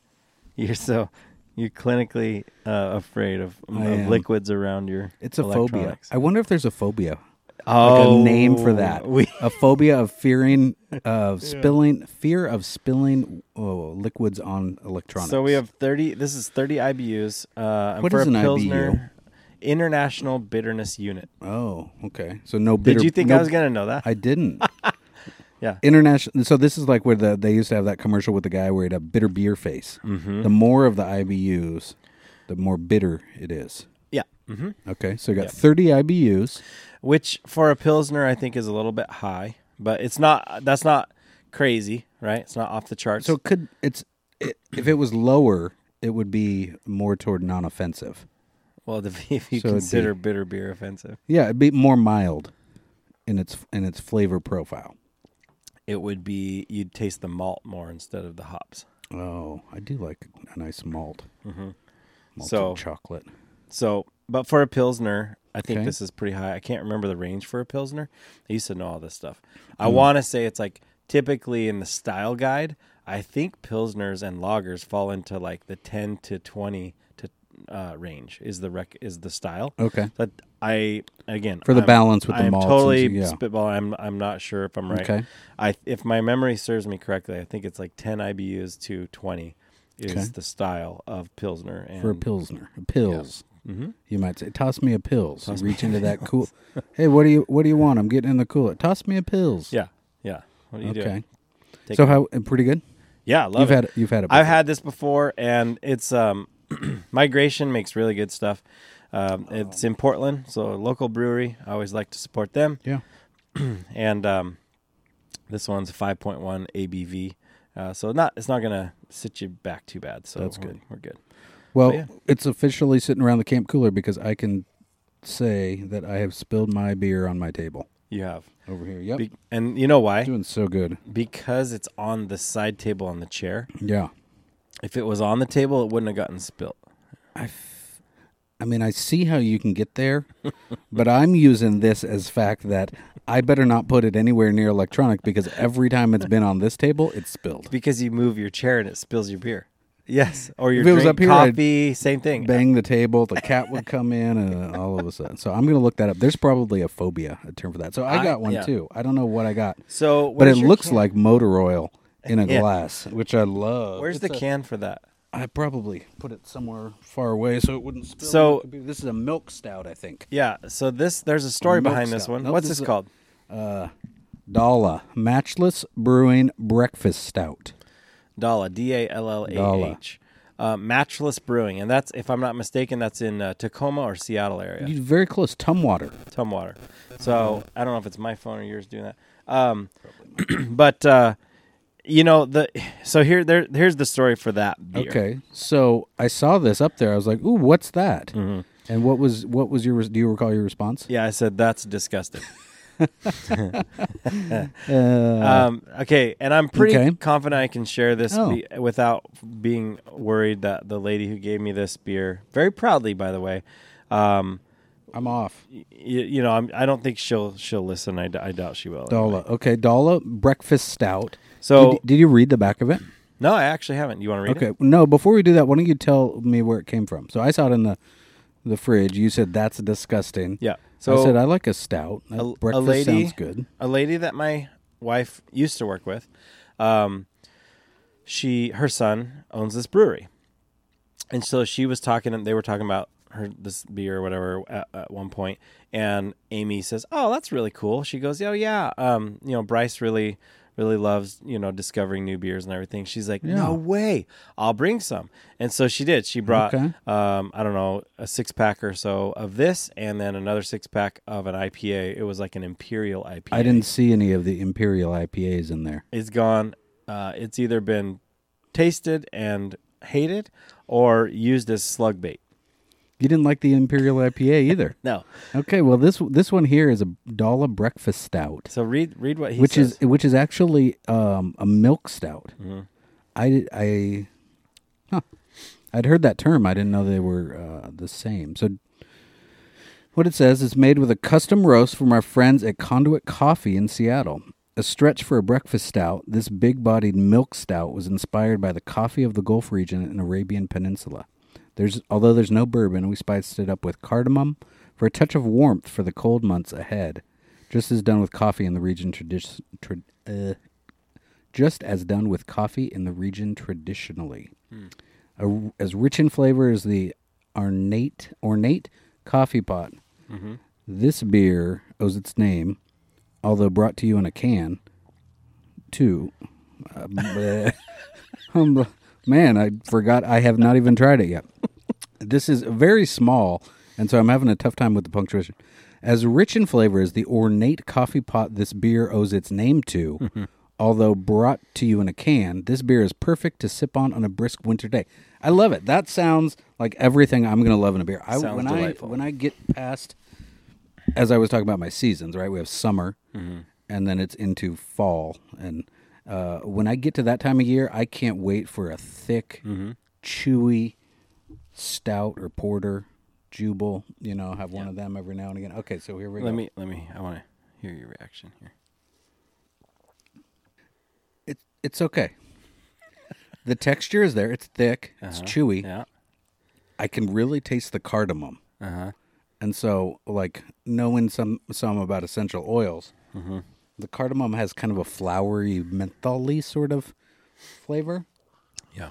Speaker 2: You're so you're clinically uh, afraid of,
Speaker 1: I
Speaker 2: of
Speaker 1: am.
Speaker 2: liquids around your.
Speaker 1: It's a phobia.
Speaker 2: electronics.
Speaker 1: I wonder if there's a phobia.
Speaker 2: oh,
Speaker 1: like a name for that.
Speaker 2: We,
Speaker 1: a phobia of fearing of spilling fear of spilling oh, liquids on electronics.
Speaker 2: so we have thirty. This is thirty IBUs. Uh, and
Speaker 1: What
Speaker 2: for
Speaker 1: is
Speaker 2: a
Speaker 1: an IBU?
Speaker 2: Pilsner, International Bitterness Unit.
Speaker 1: Oh, okay. So no bitter
Speaker 2: Did you think
Speaker 1: no-
Speaker 2: I was gonna know that?
Speaker 1: I didn't.
Speaker 2: yeah.
Speaker 1: International so this is like where the they used to have that commercial with the guy where he had a bitter beer face. The more of the IBUs, the more bitter it is.
Speaker 2: Yeah. hmm
Speaker 1: Okay. So you got 30 IBUs.
Speaker 2: Which for a Pilsner, I think is a little bit high, but it's not. That's not crazy, right? It's not off the charts.
Speaker 1: So it could it's it, if it was lower, it would be more toward non-offensive.
Speaker 2: well, if if you
Speaker 1: So it'd be-
Speaker 2: consider bitter beer offensive,
Speaker 1: Yeah, it'd be more mild in its in its flavor profile.
Speaker 2: it would be you'd taste the malt more instead of the hops.
Speaker 1: Oh, I do like a nice malt, malted
Speaker 2: So-
Speaker 1: chocolate.
Speaker 2: So, but for a pilsner, I think
Speaker 1: Okay.
Speaker 2: this is pretty high. I can't remember the range for a pilsner. I used to know all this stuff.
Speaker 1: Hmm.
Speaker 2: I want to say it's like typically in the style guide. I think pilsners and lagers fall into like the ten to twenty to uh, range is the rec- is the style.
Speaker 1: Okay,
Speaker 2: But I again
Speaker 1: For the
Speaker 2: I'm-
Speaker 1: balance with the
Speaker 2: I'm
Speaker 1: malts and
Speaker 2: totally
Speaker 1: so- yeah.
Speaker 2: spitball. I'm I'm not sure if I'm right.
Speaker 1: Okay.
Speaker 2: I if my memory serves me correctly, I think it's like ten IBUs to twenty is
Speaker 1: Okay.
Speaker 2: the style of pilsner and
Speaker 1: for a pilsner, a pills. Mm-hmm. You might say, "Toss me a pills." You reach into that cool. hey, what do you what do you want? I'm getting in the cooler. Toss me a pills.
Speaker 2: Yeah, yeah. What do you
Speaker 1: Okay.
Speaker 2: do? Take
Speaker 1: so
Speaker 2: it.
Speaker 1: how pretty good?
Speaker 2: Yeah, I love
Speaker 1: you've
Speaker 2: it.
Speaker 1: had it- you've had it.
Speaker 2: I've
Speaker 1: before.
Speaker 2: had this before, and it's um, migration makes really good stuff. Um, It's
Speaker 1: Oh.
Speaker 2: in Portland, so a local brewery. I always like to support them,
Speaker 1: yeah.
Speaker 2: and um, this one's 5.1 ABV, uh, so not it's not gonna sit you back too bad. So
Speaker 1: That's
Speaker 2: we're-
Speaker 1: good.
Speaker 2: We're good.
Speaker 1: Well,
Speaker 2: Oh, yeah.
Speaker 1: it's officially sitting around the camp cooler because I can say that I have spilled my beer on my table
Speaker 2: You have,
Speaker 1: over here. Yep,
Speaker 2: Be- and you know why?
Speaker 1: doing so good.
Speaker 2: Because it's on the side table on the chair.
Speaker 1: Yeah.
Speaker 2: If it was on the table, it wouldn't have gotten spilt.
Speaker 1: I, f- I mean, I see how you can get there, but I'm using this as fact that I better not put it anywhere near electronic because every time it's been on this table, it's spilled.
Speaker 2: because you move your chair and it spills your beer. Yes, or your
Speaker 1: If it was
Speaker 2: drink,
Speaker 1: up here, I'd
Speaker 2: coffee, same thing.
Speaker 1: Bang the table, the cat would come in, and all of a sudden. So I'm gonna look that up. There's probably a phobia, a term for that. So I
Speaker 2: I-
Speaker 1: got one
Speaker 2: yeah.
Speaker 1: too. I don't know what I got,
Speaker 2: So,
Speaker 1: but it
Speaker 2: where's your
Speaker 1: looks
Speaker 2: can?
Speaker 1: like motor oil in a
Speaker 2: Yeah.
Speaker 1: glass, which I love.
Speaker 2: Where's the
Speaker 1: It's a-
Speaker 2: can for that?
Speaker 1: I probably put it somewhere far away so it wouldn't spill.
Speaker 2: So-
Speaker 1: on the computer. this is a milk stout, I think.
Speaker 2: Yeah. So this, there's a story
Speaker 1: Milk
Speaker 2: behind this
Speaker 1: stout.
Speaker 2: one.
Speaker 1: Nope,
Speaker 2: What's
Speaker 1: this
Speaker 2: this
Speaker 1: is a-
Speaker 2: called?
Speaker 1: Dala, matchless brewing breakfast stout.
Speaker 2: Dalla, D A L L A
Speaker 1: Dalla.
Speaker 2: H. Uh, Matchless Brewing, and that's if I'm not mistaken, that's in uh, Tacoma or Seattle area,
Speaker 1: You- Very close. Tumwater.
Speaker 2: Tumwater. So I don't know if it's my phone or yours doing that. Um, but uh, you know the so here there here's the story for that beer.
Speaker 1: Okay. So I saw this up there. I was like, "Ooh,
Speaker 2: Mm-hmm.
Speaker 1: what's that?" And what was what was your res- do you recall your response?
Speaker 2: Yeah, I said that's disgusting.
Speaker 1: Uh,
Speaker 2: Um, okay, and I'm pretty
Speaker 1: Okay.
Speaker 2: confident I can share this
Speaker 1: Oh.
Speaker 2: be- without being worried that the lady who gave me this beer, very proudly, by the way, um,
Speaker 1: I'm off.
Speaker 2: y- y- you know, I'm, I don't think she'll she'll listen. I, d- I doubt she will.
Speaker 1: Dala. Okay, Dala breakfast stout.
Speaker 2: So
Speaker 1: did, did you read the back of it?
Speaker 2: no, I actually haven't. You want to read
Speaker 1: Okay.
Speaker 2: it?
Speaker 1: No, before we do that, why don't you tell me where it came from? So I saw it in the the fridge. You said that's disgusting.
Speaker 2: Yeah.
Speaker 1: So I
Speaker 2: So
Speaker 1: said I like a stout. That
Speaker 2: a
Speaker 1: breakfast
Speaker 2: lady-
Speaker 1: sounds good.
Speaker 2: a lady that my wife used to work with, um, she her son owns this brewery, and so she was talking, and they were talking about her this beer or whatever at, at one point, and Amy says, "Oh, that's really cool." She goes, "Oh yeah, um, you know Bryce really." Really loves, you know, discovering new beers and everything. She's like,
Speaker 1: Yeah.
Speaker 2: no way, I'll bring some. And so she did. She brought,
Speaker 1: Okay.
Speaker 2: um, I don't know, a six pack or so of this, and then another six pack of an IPA. It was like an imperial IPA.
Speaker 1: I didn't see any of the imperial IPAs in there.
Speaker 2: It's gone. Uh, it's either been tasted and hated or used as slug bait.
Speaker 1: You didn't like the imperial IPA either.
Speaker 2: No.
Speaker 1: Okay, well this this one here is a Dala breakfast stout,
Speaker 2: So read read what he
Speaker 1: which
Speaker 2: says. Mm-hmm.
Speaker 1: is which is actually um, a milk stout. I did- I huh. I'd heard that term. I didn't know they were uh, the same. So what it says is made with a custom roast from our friends at Conduit Coffee in Seattle. A stretch for a breakfast stout, this big-bodied milk stout was inspired by the coffee of the Gulf region and Arabian Peninsula. There's although there's no bourbon, we spiced it up with cardamom for a touch of warmth for the cold months ahead. Just as done with coffee in the region tradi- trad uh, just as done with coffee in the region traditionally. A- as rich in flavor as the ornate ornate coffee pot. This beer owes its name, although brought to you in a can, to. uh, bleh. Um, man, I forgot. I have not even tried it yet. This is very small, and so I'm having a tough time with the punctuation. As rich in flavor as the ornate coffee pot this beer owes its name to, although brought to you in a can, this beer is perfect to sip on on a brisk winter day. I love it. That sounds like everything I'm going to love in a beer. I,
Speaker 2: Sounds
Speaker 1: when
Speaker 2: delightful.
Speaker 1: I when I get past, as I was talking about my seasons, right? We have summer,
Speaker 2: Mm-hmm.
Speaker 1: and then it's into fall, and uh, when I get to that time of year, I can't wait for a thick,
Speaker 2: Mm-hmm.
Speaker 1: chewy stout or porter, jubal. You know, have one of them every now and again. Okay, so here we
Speaker 2: let
Speaker 1: go.
Speaker 2: me let me I want to hear your reaction here.
Speaker 1: It, it's okay. the texture is there. It's thick. It's chewy.
Speaker 2: Uh-huh. Yeah.
Speaker 1: I can really taste the cardamom.
Speaker 2: Uh-huh.
Speaker 1: And so, like knowing some some about essential oils,
Speaker 2: Mm-hmm.
Speaker 1: the cardamom has kind of a flowery, mentholy sort of flavor.
Speaker 2: Yeah.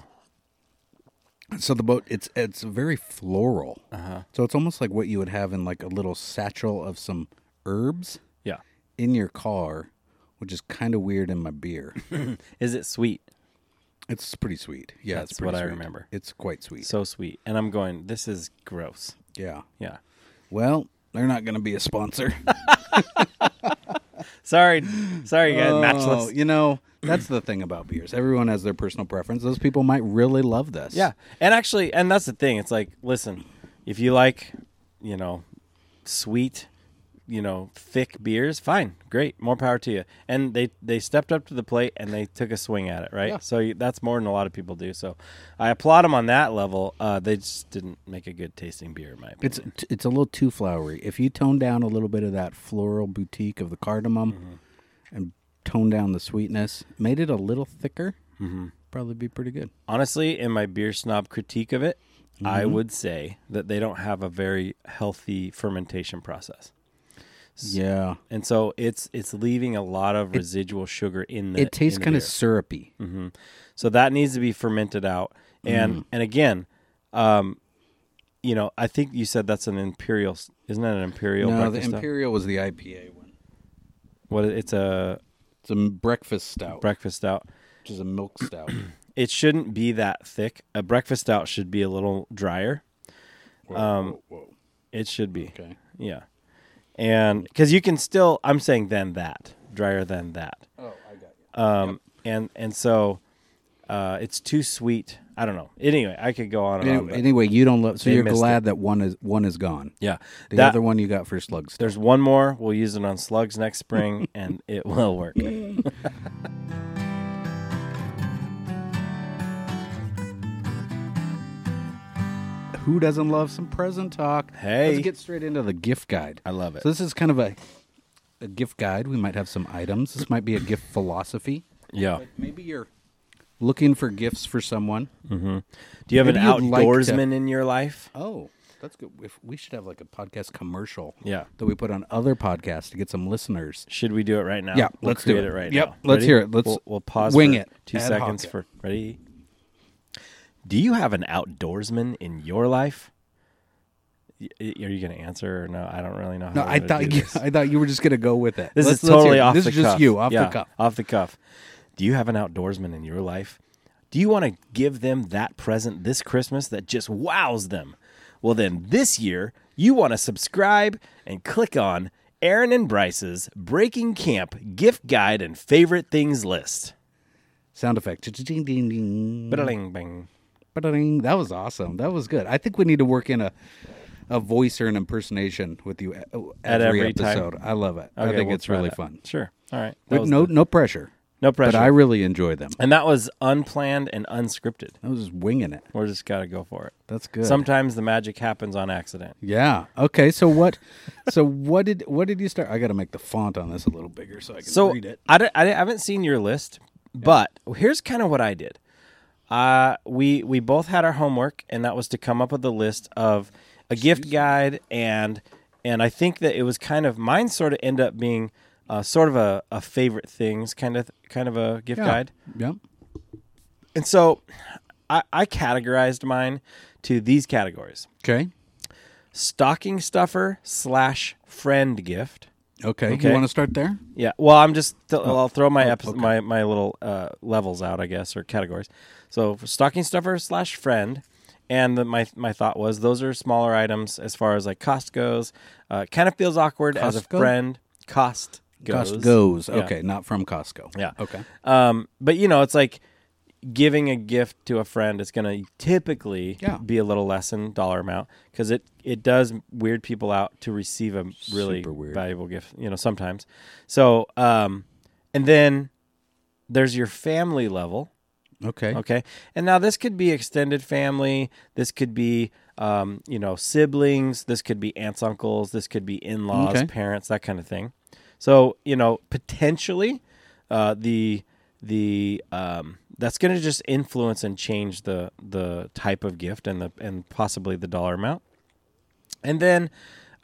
Speaker 1: So the boat, it's it's very floral. Uh-huh. So it's almost like what you would have in like a little satchel of some herbs
Speaker 2: Yeah.
Speaker 1: in your car, which is kind of weird in my beer.
Speaker 2: Is it sweet?
Speaker 1: it's pretty sweet. Yeah,
Speaker 2: That's
Speaker 1: it's pretty
Speaker 2: what I
Speaker 1: sweet.
Speaker 2: remember.
Speaker 1: It's quite sweet.
Speaker 2: So sweet. And I'm going, this is gross.
Speaker 1: yeah.
Speaker 2: Yeah.
Speaker 1: Well, they're not going to be a sponsor.
Speaker 2: Sorry. Sorry guys,
Speaker 1: Oh,
Speaker 2: matchless.
Speaker 1: you know, that's the thing about beers. Everyone has their personal preference. Those people might really love this.
Speaker 2: Yeah. And actually, and that's the thing. It's like, listen, if you like, you know, sweet, you know, thick beers, fine, great, more power to you. And they they stepped up to the plate and they took a swing at it, right?
Speaker 1: Yeah.
Speaker 2: So you, that's more than a lot of people do. So I applaud them on that level. Uh, they just didn't make a good tasting beer, in my opinion.
Speaker 1: It's t- it's a little too flowery. If you tone down a little bit of that floral boutique of the cardamom and tone down the sweetness, made it a little thicker, probably be pretty good.
Speaker 2: honestly, in my beer snob critique of it,
Speaker 1: Mm-hmm.
Speaker 2: I would say that they don't have a very healthy fermentation process.
Speaker 1: Yeah.
Speaker 2: And so it's it's leaving a lot of residual sugar in the
Speaker 1: It tastes
Speaker 2: in the
Speaker 1: kind
Speaker 2: beer.
Speaker 1: of syrupy.
Speaker 2: So that needs to be fermented out. And
Speaker 1: Mm-hmm.
Speaker 2: and again, um, you know, I think you said that's an imperial. s- Isn't that an imperial?
Speaker 1: No, the
Speaker 2: breakfast stout?
Speaker 1: imperial was the IPA one.
Speaker 2: What it's a
Speaker 1: It's a m- breakfast stout,
Speaker 2: breakfast out.
Speaker 1: which is a milk stout.
Speaker 2: It shouldn't be that thick. A breakfast out should be a little drier.
Speaker 1: Whoa,
Speaker 2: Um,
Speaker 1: whoa, whoa.
Speaker 2: It should be.
Speaker 1: Okay.
Speaker 2: Yeah. And because you can still, I'm saying than that, drier than that.
Speaker 1: Oh, I got you.
Speaker 2: Um, and and so uh, it's too sweet. I don't know. Anyway, I could go on and on.
Speaker 1: Any-
Speaker 2: but-
Speaker 1: anyway, you don't love. So
Speaker 2: um, They
Speaker 1: you're
Speaker 2: missed
Speaker 1: glad that one is one is gone.
Speaker 2: yeah,
Speaker 1: The
Speaker 2: that,
Speaker 1: other one you got for slugs.
Speaker 2: there's one more. We'll use it on slugs next spring, and it will work.
Speaker 1: Who doesn't love some present talk?
Speaker 2: Hey.
Speaker 1: let's get straight into the gift guide.
Speaker 2: I love it.
Speaker 1: So this is kind of a a gift guide. We might have some items. This might be a gift philosophy.
Speaker 2: yeah.
Speaker 1: Maybe you're looking for gifts for someone.
Speaker 2: Do you have
Speaker 1: Maybe
Speaker 2: an
Speaker 1: you'd like to-
Speaker 2: outdoorsman in your life?
Speaker 1: Oh, that's good. If we should have like a podcast commercial.
Speaker 2: Yeah.
Speaker 1: That we put on other podcasts to get some listeners.
Speaker 2: Should we do it right now?
Speaker 1: Yeah,
Speaker 2: We'll
Speaker 1: let's do
Speaker 2: create
Speaker 1: it.
Speaker 2: right
Speaker 1: Yep,
Speaker 2: now.
Speaker 1: let's
Speaker 2: Ready?
Speaker 1: hear it. Let's
Speaker 2: we'll, we'll pause.
Speaker 1: wing
Speaker 2: for
Speaker 1: it.
Speaker 2: Two
Speaker 1: Ad hoc
Speaker 2: seconds
Speaker 1: it.
Speaker 2: for ready. Do you have an outdoorsman in your life? Y- y- are you going to answer or no? I don't really know. How
Speaker 1: No,
Speaker 2: we're
Speaker 1: I
Speaker 2: gonna
Speaker 1: thought
Speaker 2: do
Speaker 1: you,
Speaker 2: this.
Speaker 1: I thought you were just gonna go with it.
Speaker 2: This
Speaker 1: Let's-
Speaker 2: is
Speaker 1: let's hear
Speaker 2: totally
Speaker 1: it.
Speaker 2: off
Speaker 1: This
Speaker 2: the
Speaker 1: is just
Speaker 2: cuff.
Speaker 1: you off
Speaker 2: Yeah,
Speaker 1: the cuff.
Speaker 2: Off the cuff. Do you have an outdoorsman in your life? Do you want to give them that present this Christmas that just wows them? Well, then this year, you want to subscribe and click on Aaron and Bryce's Breaking Camp Gift Guide and Favorite Things list.
Speaker 1: Sound effect. Ding, ding, ding.
Speaker 2: Ba-da-ding, bing.
Speaker 1: Ba-da-ding. That was awesome. That was good. I think we need to work in a a voice or an impersonation with you e-
Speaker 2: At
Speaker 1: every,
Speaker 2: every time?
Speaker 1: episode. I love it. I
Speaker 2: Okay,
Speaker 1: think
Speaker 2: we'll
Speaker 1: it's
Speaker 2: try
Speaker 1: really
Speaker 2: that.
Speaker 1: fun.
Speaker 2: Sure. All right. That
Speaker 1: But
Speaker 2: was
Speaker 1: no
Speaker 2: the-
Speaker 1: no pressure.
Speaker 2: no pressure.
Speaker 1: But I really enjoy them.
Speaker 2: and that was unplanned and unscripted.
Speaker 1: I was just winging it.
Speaker 2: We're just got to go for it.
Speaker 1: That's good.
Speaker 2: Sometimes the magic happens on accident.
Speaker 1: yeah. Okay. So what? so what did what did you start? I got to make the font on this a little bigger so I can
Speaker 2: so
Speaker 1: read it.
Speaker 2: I, don't- I haven't seen your list, but here's kind of what I did. Uh, we we both had our homework, and that was to come up with a list of a gift guide, and and I think that it was kind of mine. Sort of end up being uh, sort of a, a favorite things kind of kind of a gift guide,
Speaker 1: Yeah.
Speaker 2: and so I, I categorized mine to these categories:
Speaker 1: Okay.
Speaker 2: stocking stuffer slash friend gift.
Speaker 1: Okay.
Speaker 2: Okay.
Speaker 1: You want to start there?
Speaker 2: Yeah. Well, I'm just. Th- I'll throw my epi- my my little uh, levels out, I guess, or categories. So stocking stuffer slash friend, and the, my my thought was those are smaller items as far as like cost goes. Uh, kind of feels awkward as a
Speaker 1: Costco?
Speaker 2: friend. Cost goes.
Speaker 1: Cost goes.
Speaker 2: Yeah.
Speaker 1: Okay. Not from Costco.
Speaker 2: Yeah.
Speaker 1: Okay.
Speaker 2: Um, but you know, it's like giving a gift to a friend is going to typically
Speaker 1: Yeah.
Speaker 2: be a little less in dollar amount because it it does weird people out to receive a really
Speaker 1: Super weird.
Speaker 2: valuable gift. You know, sometimes. So, um, and then there's your family level.
Speaker 1: Okay.
Speaker 2: Okay, and now this could be extended family. This could be. Um, you know, siblings. This could be aunts, uncles. This could be in-laws,
Speaker 1: Okay.
Speaker 2: parents, that kind of thing. So you know, potentially, uh, the the um, that's going to just influence and change the the type of gift and the and possibly the dollar amount. And then,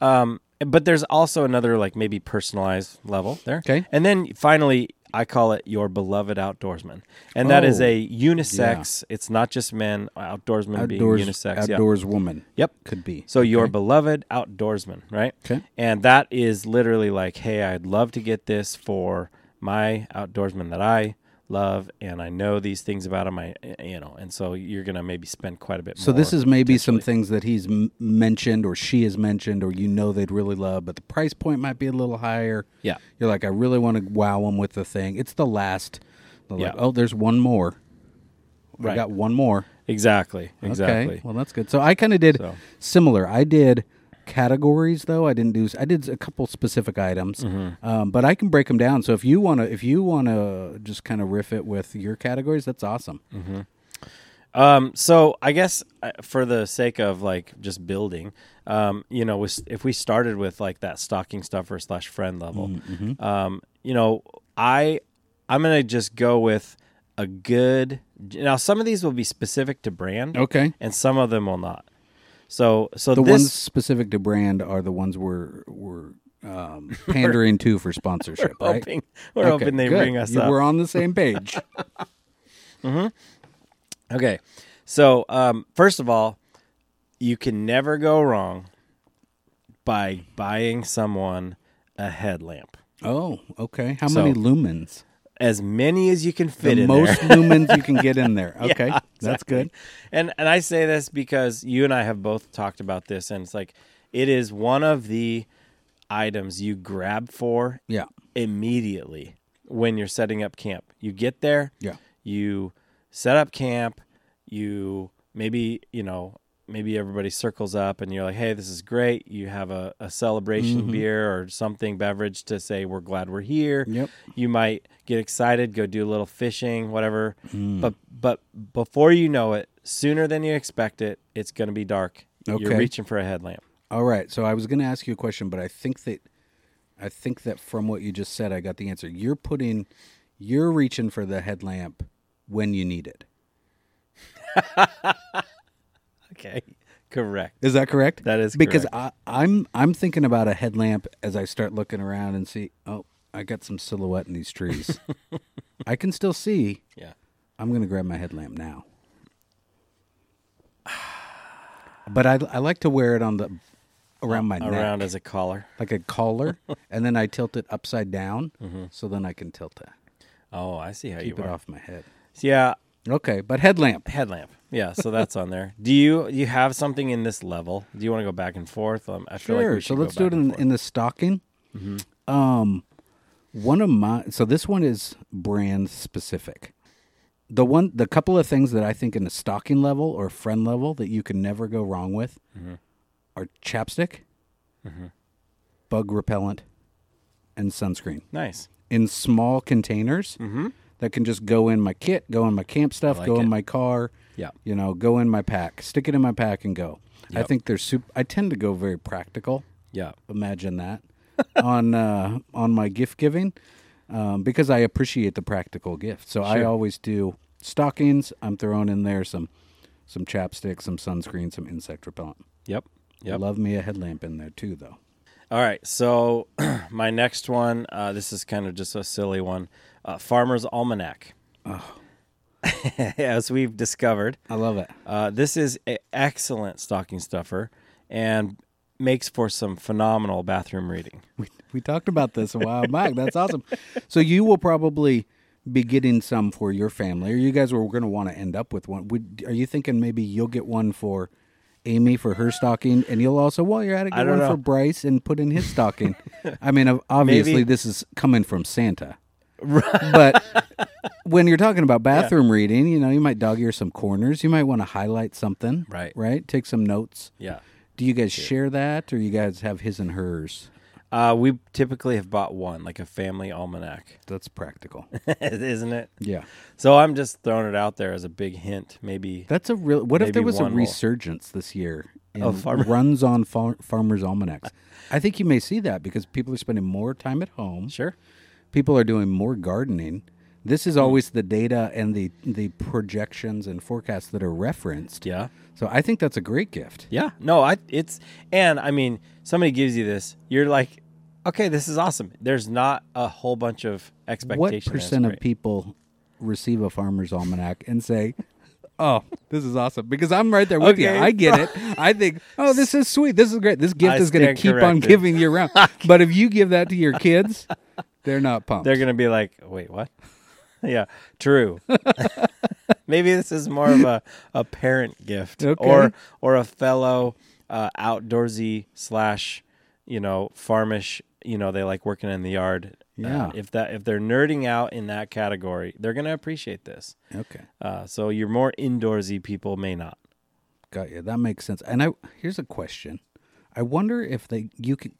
Speaker 2: um, but there's also another like maybe personalized level there.
Speaker 1: Okay.
Speaker 2: And then finally, I call it your beloved outdoorsman, and that is
Speaker 1: Oh,
Speaker 2: a unisex. It's not just men. Outdoorsman being
Speaker 1: Outdoors.
Speaker 2: unisex. yeah.
Speaker 1: outdoors woman.
Speaker 2: Yep.
Speaker 1: Could be.
Speaker 2: So your beloved outdoorsman, right?
Speaker 1: Okay.
Speaker 2: And that is literally like, hey, I'd love to get this for my outdoorsman that I love and I know these things about him. I you know, and so you're gonna maybe spend quite a bit
Speaker 1: So
Speaker 2: more.
Speaker 1: this is maybe some things that he's m- mentioned or she has mentioned or you know they'd really love, but the price point might be a little higher.
Speaker 2: Yeah.
Speaker 1: You're like, I really want to wow them with the thing. It's the last. They're like,
Speaker 2: Yeah.
Speaker 1: oh, there's one more.
Speaker 2: Right.
Speaker 1: We got one more.
Speaker 2: exactly.
Speaker 1: Okay.
Speaker 2: Exactly.
Speaker 1: Well, that's good. So I kind of did
Speaker 2: So.
Speaker 1: similar. I did categories though. I didn't do. I did a couple specific items,
Speaker 2: Mm-hmm.
Speaker 1: um, but I can break them down. So if you wanna, if you wanna just kind of riff it with your categories, that's awesome.
Speaker 2: Mm-hmm. Um, so I guess uh, for the sake of like just building, um, you know, with- if we started with like that stocking stuffer slash friend level,
Speaker 1: Mm, mm-hmm.
Speaker 2: um, you know, I I'm gonna just go with a good. Now some of these will be specific to brand,
Speaker 1: Okay.
Speaker 2: and some of them will not. So so
Speaker 1: The
Speaker 2: this
Speaker 1: ones specific to brand are the ones we're we're um, pandering to for sponsorship,
Speaker 2: we're
Speaker 1: right?
Speaker 2: hoping we're
Speaker 1: Okay,
Speaker 2: hoping they
Speaker 1: good.
Speaker 2: bring us
Speaker 1: You-
Speaker 2: up.
Speaker 1: We're on the same page.
Speaker 2: Okay. So, um, first of all, you can never go wrong by buying someone a headlamp.
Speaker 1: oh, okay. How
Speaker 2: So-
Speaker 1: many lumens?
Speaker 2: As many as you can fit
Speaker 1: The
Speaker 2: in
Speaker 1: most
Speaker 2: there.
Speaker 1: lumens you can get in there. Okay, that's
Speaker 2: Exactly.
Speaker 1: good.
Speaker 2: And and I say this because you and I have both talked about this and it's like it is one of the items you grab for
Speaker 1: Yeah.
Speaker 2: immediately when you're setting up camp. You get there,
Speaker 1: Yeah.
Speaker 2: you set up camp, you maybe you know maybe everybody circles up and you're like hey this is great you have a, a celebration
Speaker 1: Mhm.
Speaker 2: beer or something beverage to say we're glad we're here
Speaker 1: Yep.
Speaker 2: you might get excited go do a little fishing whatever
Speaker 1: Mm.
Speaker 2: but but before you know it sooner than you expect it it's going to be dark
Speaker 1: Okay.
Speaker 2: you're reaching for a headlamp
Speaker 1: All right. So I was going to ask you a question, but I think that I think that from what you just said, I got the answer. You're putting, you're reaching for the headlamp when you need it.
Speaker 2: okay correct
Speaker 1: Is that correct?
Speaker 2: That is
Speaker 1: because
Speaker 2: correct.
Speaker 1: I, I'm I'm thinking about a headlamp as I start looking around and see. Oh, I got some silhouette in these trees. I can still see.
Speaker 2: yeah
Speaker 1: I'm gonna grab my headlamp now. But I I like to wear it on the around my neck.
Speaker 2: around as a collar
Speaker 1: like a collar, and then I tilt it upside down, so then I can tilt it,
Speaker 2: oh i see how
Speaker 1: keep
Speaker 2: Mm-hmm. you
Speaker 1: it
Speaker 2: are
Speaker 1: off my head.
Speaker 2: yeah
Speaker 1: Okay, but headlamp.
Speaker 2: headlamp yeah so that's on there do you you have something in this level do you want to go back and forth um, i feel like
Speaker 1: Sure.
Speaker 2: we
Speaker 1: so
Speaker 2: should
Speaker 1: let's
Speaker 2: go
Speaker 1: do it
Speaker 2: back and
Speaker 1: in,
Speaker 2: forth. Mm-hmm.
Speaker 1: in the stocking. Um, one of my so this one is brand specific. The one, the couple of things that I think in the stocking level or friend level that you can never go wrong with
Speaker 2: Mm-hmm.
Speaker 1: are chapstick, bug repellent, and sunscreen
Speaker 2: nice
Speaker 1: in small containers that can just go in my kit, go in my camp stuff,
Speaker 2: Mm-hmm.
Speaker 1: go
Speaker 2: like it.
Speaker 1: in my car.
Speaker 2: Yeah.
Speaker 1: You know, go in my pack, stick it in my pack, and go. I think they're super. I tend to go very practical
Speaker 2: yeah
Speaker 1: imagine that on uh, on my gift giving um, because I appreciate the practical gift. So I always do stockings. I'm throwing in there some some chapstick, some sunscreen, some insect repellent.
Speaker 2: yep yep
Speaker 1: Love me a headlamp in there too, though. Mm-hmm.
Speaker 2: All right, so my next one, uh, this is kind of just a silly one, uh, Farmer's Almanac. As we've discovered,
Speaker 1: I love it.
Speaker 2: uh, this is an excellent stocking stuffer and makes for some phenomenal bathroom reading.
Speaker 1: We we talked about this a while back. That's awesome. So you will probably be getting some for your family, or you guys were going to want to end up with one. Would, are you thinking maybe you'll get one for Amy for her stocking, and you'll also while you're at it get one
Speaker 2: don't know.
Speaker 1: for Bryce and put in his stocking? I mean, ob- obviously
Speaker 2: Maybe.
Speaker 1: this is coming from Santa, but when you're talking about bathroom reading, you know you might dog ear some corners. You might want to highlight something,
Speaker 2: Right.
Speaker 1: Right. Take some notes.
Speaker 2: Yeah.
Speaker 1: Do you guys share that, or you guys have his and hers?
Speaker 2: Uh, we typically have bought one, like a family almanac,
Speaker 1: That's practical.
Speaker 2: isn't it?
Speaker 1: Yeah.
Speaker 2: So I'm just throwing it out there as a big hint, maybe.
Speaker 1: That's a real. What if
Speaker 2: Maybe
Speaker 1: there was a
Speaker 2: one will.
Speaker 1: resurgence this year in
Speaker 2: Of farmer-
Speaker 1: runs on far, farmers' almanacs? I think you may see that because people are spending more time at home.
Speaker 2: Sure.
Speaker 1: People are doing more gardening. This
Speaker 2: Mm-hmm.
Speaker 1: is always the data and the the projections and forecasts that are referenced.
Speaker 2: Yeah.
Speaker 1: So I think that's a great gift.
Speaker 2: Yeah. No, I it's and I mean somebody gives you this, you're like, okay, this is awesome. There's not a whole bunch of
Speaker 1: What
Speaker 2: expectation. That's
Speaker 1: percent of
Speaker 2: great.
Speaker 1: people receive a farmer's almanac and say, "Oh, this is awesome"? Because I'm right there with
Speaker 2: Okay.
Speaker 1: you. I get it. I think, "Oh, this is sweet. This is great. This gift
Speaker 2: I
Speaker 1: is going to
Speaker 2: stand
Speaker 1: keep on
Speaker 2: corrected.
Speaker 1: giving year round." but if you give that to your kids, they're not pumped.
Speaker 2: they're gonna be like, wait, what? yeah, true. Maybe this is more of a, a parent gift
Speaker 1: Okay.
Speaker 2: or or a fellow uh, outdoorsy slash you know farmish. You know they like working in the yard. Uh,
Speaker 1: Yeah.
Speaker 2: if that if they're nerding out in that category, they're gonna appreciate this.
Speaker 1: okay,
Speaker 2: Uh, so your more indoorsy people may not.
Speaker 1: got you. That makes sense. And I here's a question. I wonder if they you can.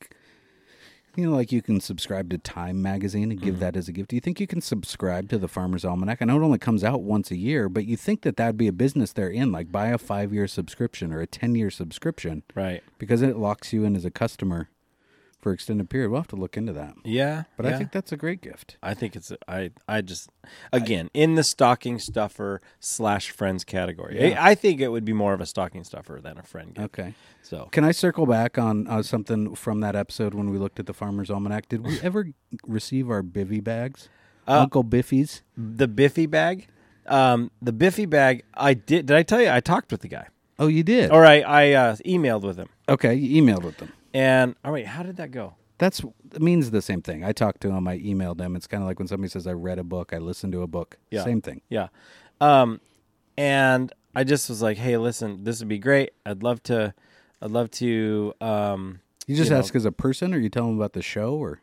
Speaker 1: You know, like you can subscribe to Time magazine and give that as a gift. Do you think you can subscribe to the Farmer's Almanac? I know it only comes out once a year, but you think that that'd be a business they're in, like buy a five year subscription or a 10 year subscription
Speaker 2: Right.
Speaker 1: because it locks you in as a customer for extended period. We'll have to look into that.
Speaker 2: Yeah,
Speaker 1: But I
Speaker 2: yeah.
Speaker 1: think that's a great gift.
Speaker 2: I think it's I I just again in the stocking stuffer slash friends category. I- I, think it would be more of a stocking stuffer than a friend gift.
Speaker 1: Okay.
Speaker 2: So
Speaker 1: Can I circle back on uh, something from that episode when we looked at the Farmer's Almanac? Did we ever receive our bivy bags? Uncle Biffy's?
Speaker 2: the Biffy bag, um, the Biffy bag. I did. Did I tell you? I talked with the guy,
Speaker 1: Oh, you did?
Speaker 2: or I I uh, emailed with him.
Speaker 1: okay, you emailed with them.
Speaker 2: And oh wait, how did that go?
Speaker 1: That's it means the same thing. I talked to him, I emailed him. It's kind of like when somebody says, I read a book, I listened to a book.
Speaker 2: Yeah.
Speaker 1: Same thing.
Speaker 2: Yeah. Um, and I just was like, hey, listen, this would be great. I'd love to. I'd love to. Um,
Speaker 1: You just
Speaker 2: know,
Speaker 1: ask as a person or you tell him about the show or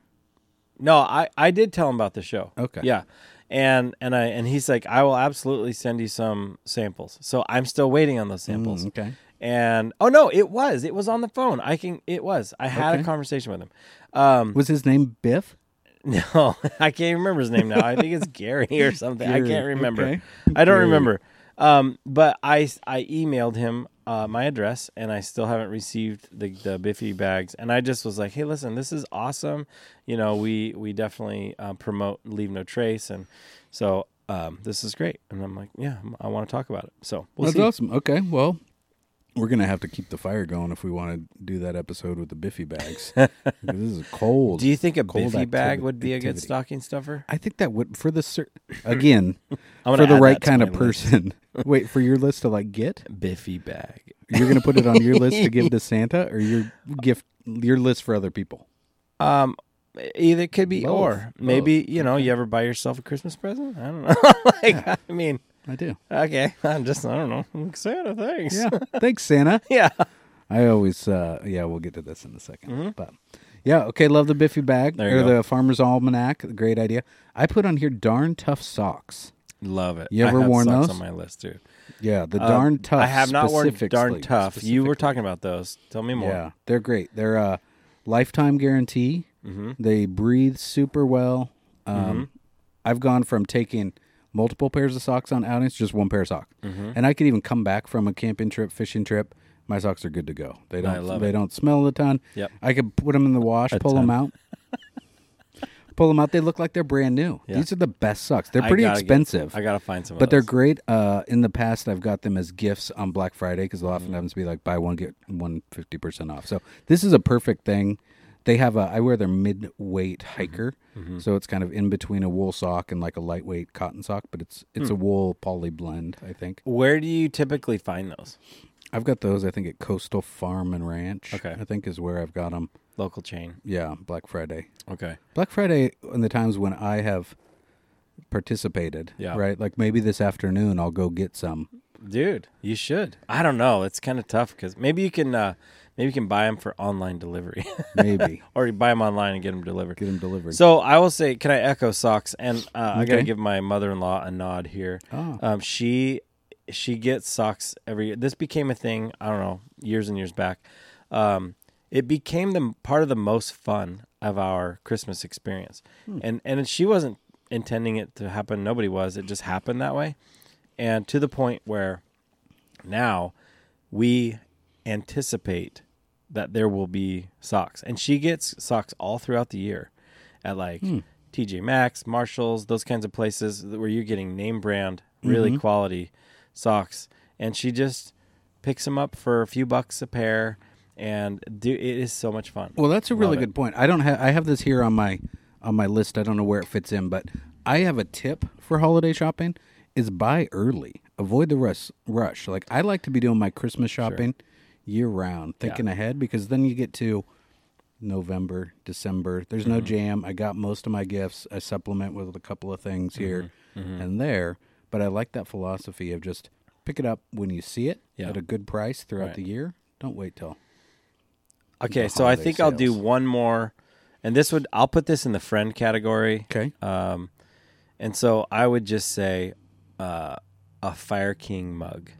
Speaker 2: No, I I did tell him about the show.
Speaker 1: Okay.
Speaker 2: Yeah, and and I and he's like, I will absolutely send you some samples. So I'm still waiting on those samples.
Speaker 1: Mm, okay.
Speaker 2: And oh no, it was it was on the phone. I can it was. I had
Speaker 1: Okay.
Speaker 2: a conversation with him. Um,
Speaker 1: Was his name Biff?
Speaker 2: no, I can't even remember his name now. I think it's Gary or something. I
Speaker 1: Gary,
Speaker 2: can't remember.
Speaker 1: okay.
Speaker 2: I don't
Speaker 1: Gary.
Speaker 2: remember. Um, but I I emailed him uh, my address, and I still haven't received the, the Biffy bags. And I just was like, hey, listen, this is awesome. You know, we we definitely uh, promote Leave No Trace, and so um, this is great. And I'm like, yeah, I want to talk about it. So we'll
Speaker 1: That's
Speaker 2: see.
Speaker 1: awesome. Okay. Well, we're gonna have to keep the fire going if we want to do that episode with the Biffy bags. this is cold.
Speaker 2: Do you think a
Speaker 1: Cold
Speaker 2: Biffy bag
Speaker 1: activi-
Speaker 2: would be a good
Speaker 1: activity.
Speaker 2: stocking stuffer?
Speaker 1: I think that would for the cer- again
Speaker 2: I'm
Speaker 1: for
Speaker 2: gonna
Speaker 1: the
Speaker 2: add
Speaker 1: right
Speaker 2: that to
Speaker 1: kind
Speaker 2: my
Speaker 1: of
Speaker 2: list.
Speaker 1: person. Wait for your list to like get.
Speaker 2: Biffy bag.
Speaker 1: You're gonna put it on your list to give to Santa, or your gift your list for other people.
Speaker 2: Um, either could be
Speaker 1: Both.
Speaker 2: or
Speaker 1: Both.
Speaker 2: maybe you know you ever buy yourself a Christmas present. I don't know. like I mean,
Speaker 1: I do.
Speaker 2: okay, I'm just I don't know. I'm excited. Thanks.
Speaker 1: Yeah. Thanks, Santa.
Speaker 2: yeah.
Speaker 1: I always, uh, yeah, we'll get to this in a 2nd But yeah, okay, love the Biffy bag
Speaker 2: Mm-hmm. There you
Speaker 1: or
Speaker 2: go.
Speaker 1: the Farmer's Almanac. Great idea. I put on here darn tough socks.
Speaker 2: Love it.
Speaker 1: You ever
Speaker 2: I have
Speaker 1: worn
Speaker 2: socks
Speaker 1: those?
Speaker 2: on my list too?
Speaker 1: Yeah, the
Speaker 2: Um,
Speaker 1: darn tough.
Speaker 2: I have not worn
Speaker 1: specifically-
Speaker 2: darn tough. You were
Speaker 1: specifically.
Speaker 2: talking about those. Tell me more.
Speaker 1: Yeah, they're great. They're a lifetime guarantee.
Speaker 2: Mm-hmm.
Speaker 1: They breathe super well. Um, I've gone from taking multiple pairs of socks on outings, just one pair of sock,
Speaker 2: Mm-hmm.
Speaker 1: and I could even come back from a camping trip, fishing trip. My socks are good to go. They don't.
Speaker 2: I love
Speaker 1: they
Speaker 2: it.
Speaker 1: don't smell a ton.
Speaker 2: Yep.
Speaker 1: I could put them in the wash, pull them out, pull them out. They look like they're brand new.
Speaker 2: Yeah.
Speaker 1: These are the best socks. They're
Speaker 2: I
Speaker 1: pretty
Speaker 2: gotta get-
Speaker 1: expensive.
Speaker 2: I gotta find some.
Speaker 1: But
Speaker 2: of
Speaker 1: they're
Speaker 2: those.
Speaker 1: great. Uh, in the past, I've got them as gifts on Black Friday because they'll
Speaker 2: Mm-hmm.
Speaker 1: oftentimes be like buy one get one fifty percent off. So this is a perfect thing. They have a. I wear their mid-weight
Speaker 2: Mm-hmm.
Speaker 1: hiker, so it's kind of in between a wool sock and like a lightweight cotton sock, but it's it's
Speaker 2: Mm.
Speaker 1: a wool poly blend. I think
Speaker 2: Where do you typically find those?
Speaker 1: I've got those. I think at Coastal Farm and Ranch.
Speaker 2: Okay.
Speaker 1: I think is where I've got them.
Speaker 2: Local chain.
Speaker 1: Yeah, Black Friday.
Speaker 2: Okay.
Speaker 1: Black Friday and the times when I have participated.
Speaker 2: Yeah.
Speaker 1: Right. Like maybe this afternoon I'll go get some.
Speaker 2: Dude, you should. I don't know. It's kind of tough because maybe you can, uh, maybe you can buy them for online delivery,
Speaker 1: Maybe.
Speaker 2: or you buy them online and get them delivered.
Speaker 1: Get them delivered.
Speaker 2: So I will say, can I echo socks? And uh, I gotta
Speaker 1: Okay.
Speaker 2: give my mother-in-law a nod here.
Speaker 1: Oh.
Speaker 2: Um, she she gets socks every year. This became a thing. I don't know, years and years back. Um, it became the part of the most fun of our Christmas experience,
Speaker 1: Hmm.
Speaker 2: and and she wasn't intending it to happen. Nobody was. It just happened that way, and to the point where now we anticipate that there will be socks and she gets socks all throughout the year at like
Speaker 1: Hmm.
Speaker 2: TJ Maxx, Marshalls, those kinds of places where you're getting name brand
Speaker 1: Mm-hmm.
Speaker 2: really quality socks and she just picks them up for a few bucks a pair and do, it is so much fun.
Speaker 1: Well, that's a really
Speaker 2: Love it.
Speaker 1: good point. I don't have I have this here on my on my list. I don't know where it fits in, but I have a tip for holiday shopping is buy early. Avoid the rush rush. Like I like to be doing my Christmas shopping year round, thinking ahead because then you get to November, December. There's
Speaker 2: Mm-hmm.
Speaker 1: no jam. I got most of my gifts. I supplement with a couple of things
Speaker 2: Mm-hmm.
Speaker 1: here and there, but I like that philosophy of just pick it up when you see it
Speaker 2: Yeah.
Speaker 1: at a good price throughout
Speaker 2: Right.
Speaker 1: the year. Don't wait till
Speaker 2: Okay, so I
Speaker 1: holiday
Speaker 2: think I'll do
Speaker 1: sales.
Speaker 2: one more and this would I'll put this in the friend category.
Speaker 1: okay.
Speaker 2: Um, and so I would just say uh, a Fire King mug.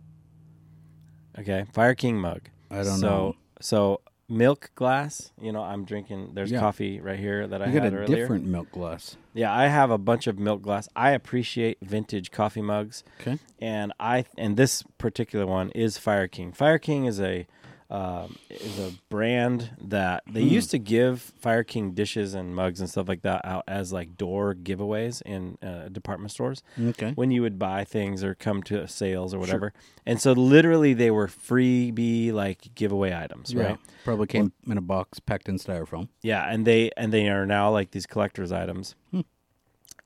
Speaker 2: Okay, Fire King mug.
Speaker 1: I don't
Speaker 2: so,
Speaker 1: know.
Speaker 2: So milk glass. You know, I'm drinking. There's
Speaker 1: Yeah.
Speaker 2: coffee right here that I
Speaker 1: You got
Speaker 2: had
Speaker 1: a
Speaker 2: earlier.
Speaker 1: different milk glass.
Speaker 2: Yeah, I have a bunch of milk glass. I appreciate vintage coffee mugs
Speaker 1: Okay.
Speaker 2: and I and this particular one is Fire King. Fire King is a um, is a brand that they used to give Fire King dishes and mugs and stuff like that out as like door giveaways in uh, department stores
Speaker 1: Okay.
Speaker 2: when you would buy things or come to sales or whatever. And so literally they were freebie like giveaway items,
Speaker 1: Yeah.
Speaker 2: right?
Speaker 1: Probably came in a box packed in styrofoam.
Speaker 2: Yeah, and they and they are now like these collectors items.
Speaker 1: Hmm.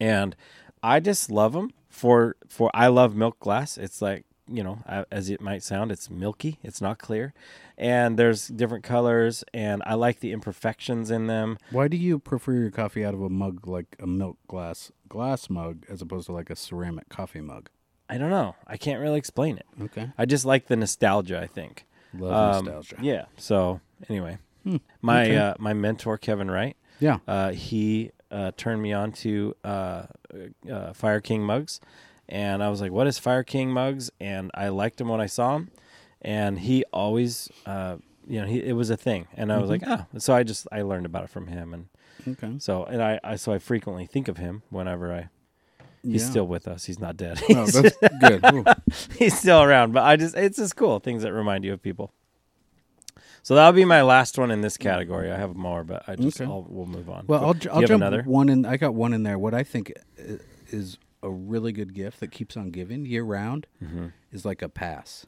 Speaker 2: And I just love them for for I love milk glass. It's like, you know, a- as it might sound, it's milky, it's not clear. And there's different colors and I like the imperfections in them.
Speaker 1: Why do you prefer your coffee out of a mug like a milk glass glass mug as opposed to like a ceramic coffee mug?
Speaker 2: I don't know. I can't really explain it.
Speaker 1: Okay.
Speaker 2: I just like the nostalgia, I think.
Speaker 1: Love
Speaker 2: Um,
Speaker 1: nostalgia. Hmm.
Speaker 2: Yeah. So, anyway, my uh, my mentor Kevin Wright
Speaker 1: Yeah.
Speaker 2: uh, he uh, turned me on to uh, uh, Fire King mugs, and I was like, "What is Fire King mugs?" And I liked him when I saw him, and he always, uh, you know, he it was a thing, and I was
Speaker 1: Mm-hmm.
Speaker 2: like, "Oh," so I just I learned about it from him, and
Speaker 1: Okay.
Speaker 2: so and I, I so I frequently think of him whenever I. He's
Speaker 1: Yeah.
Speaker 2: still with us. He's not dead.
Speaker 1: No, that's good. Ooh.
Speaker 2: he's still around. But I just it's just cool things that remind you of people. So that'll be my last one in this category. I have more, but I just
Speaker 1: Mm. Okay.
Speaker 2: I'll, we'll move on.
Speaker 1: Well,
Speaker 2: But
Speaker 1: I'll,
Speaker 2: do
Speaker 1: j-
Speaker 2: you
Speaker 1: I'll
Speaker 2: have
Speaker 1: jump
Speaker 2: another.
Speaker 1: one in. I got one in there. What I think i- is a really good gift that keeps on giving year round
Speaker 2: Mm-hmm.
Speaker 1: is like a pass,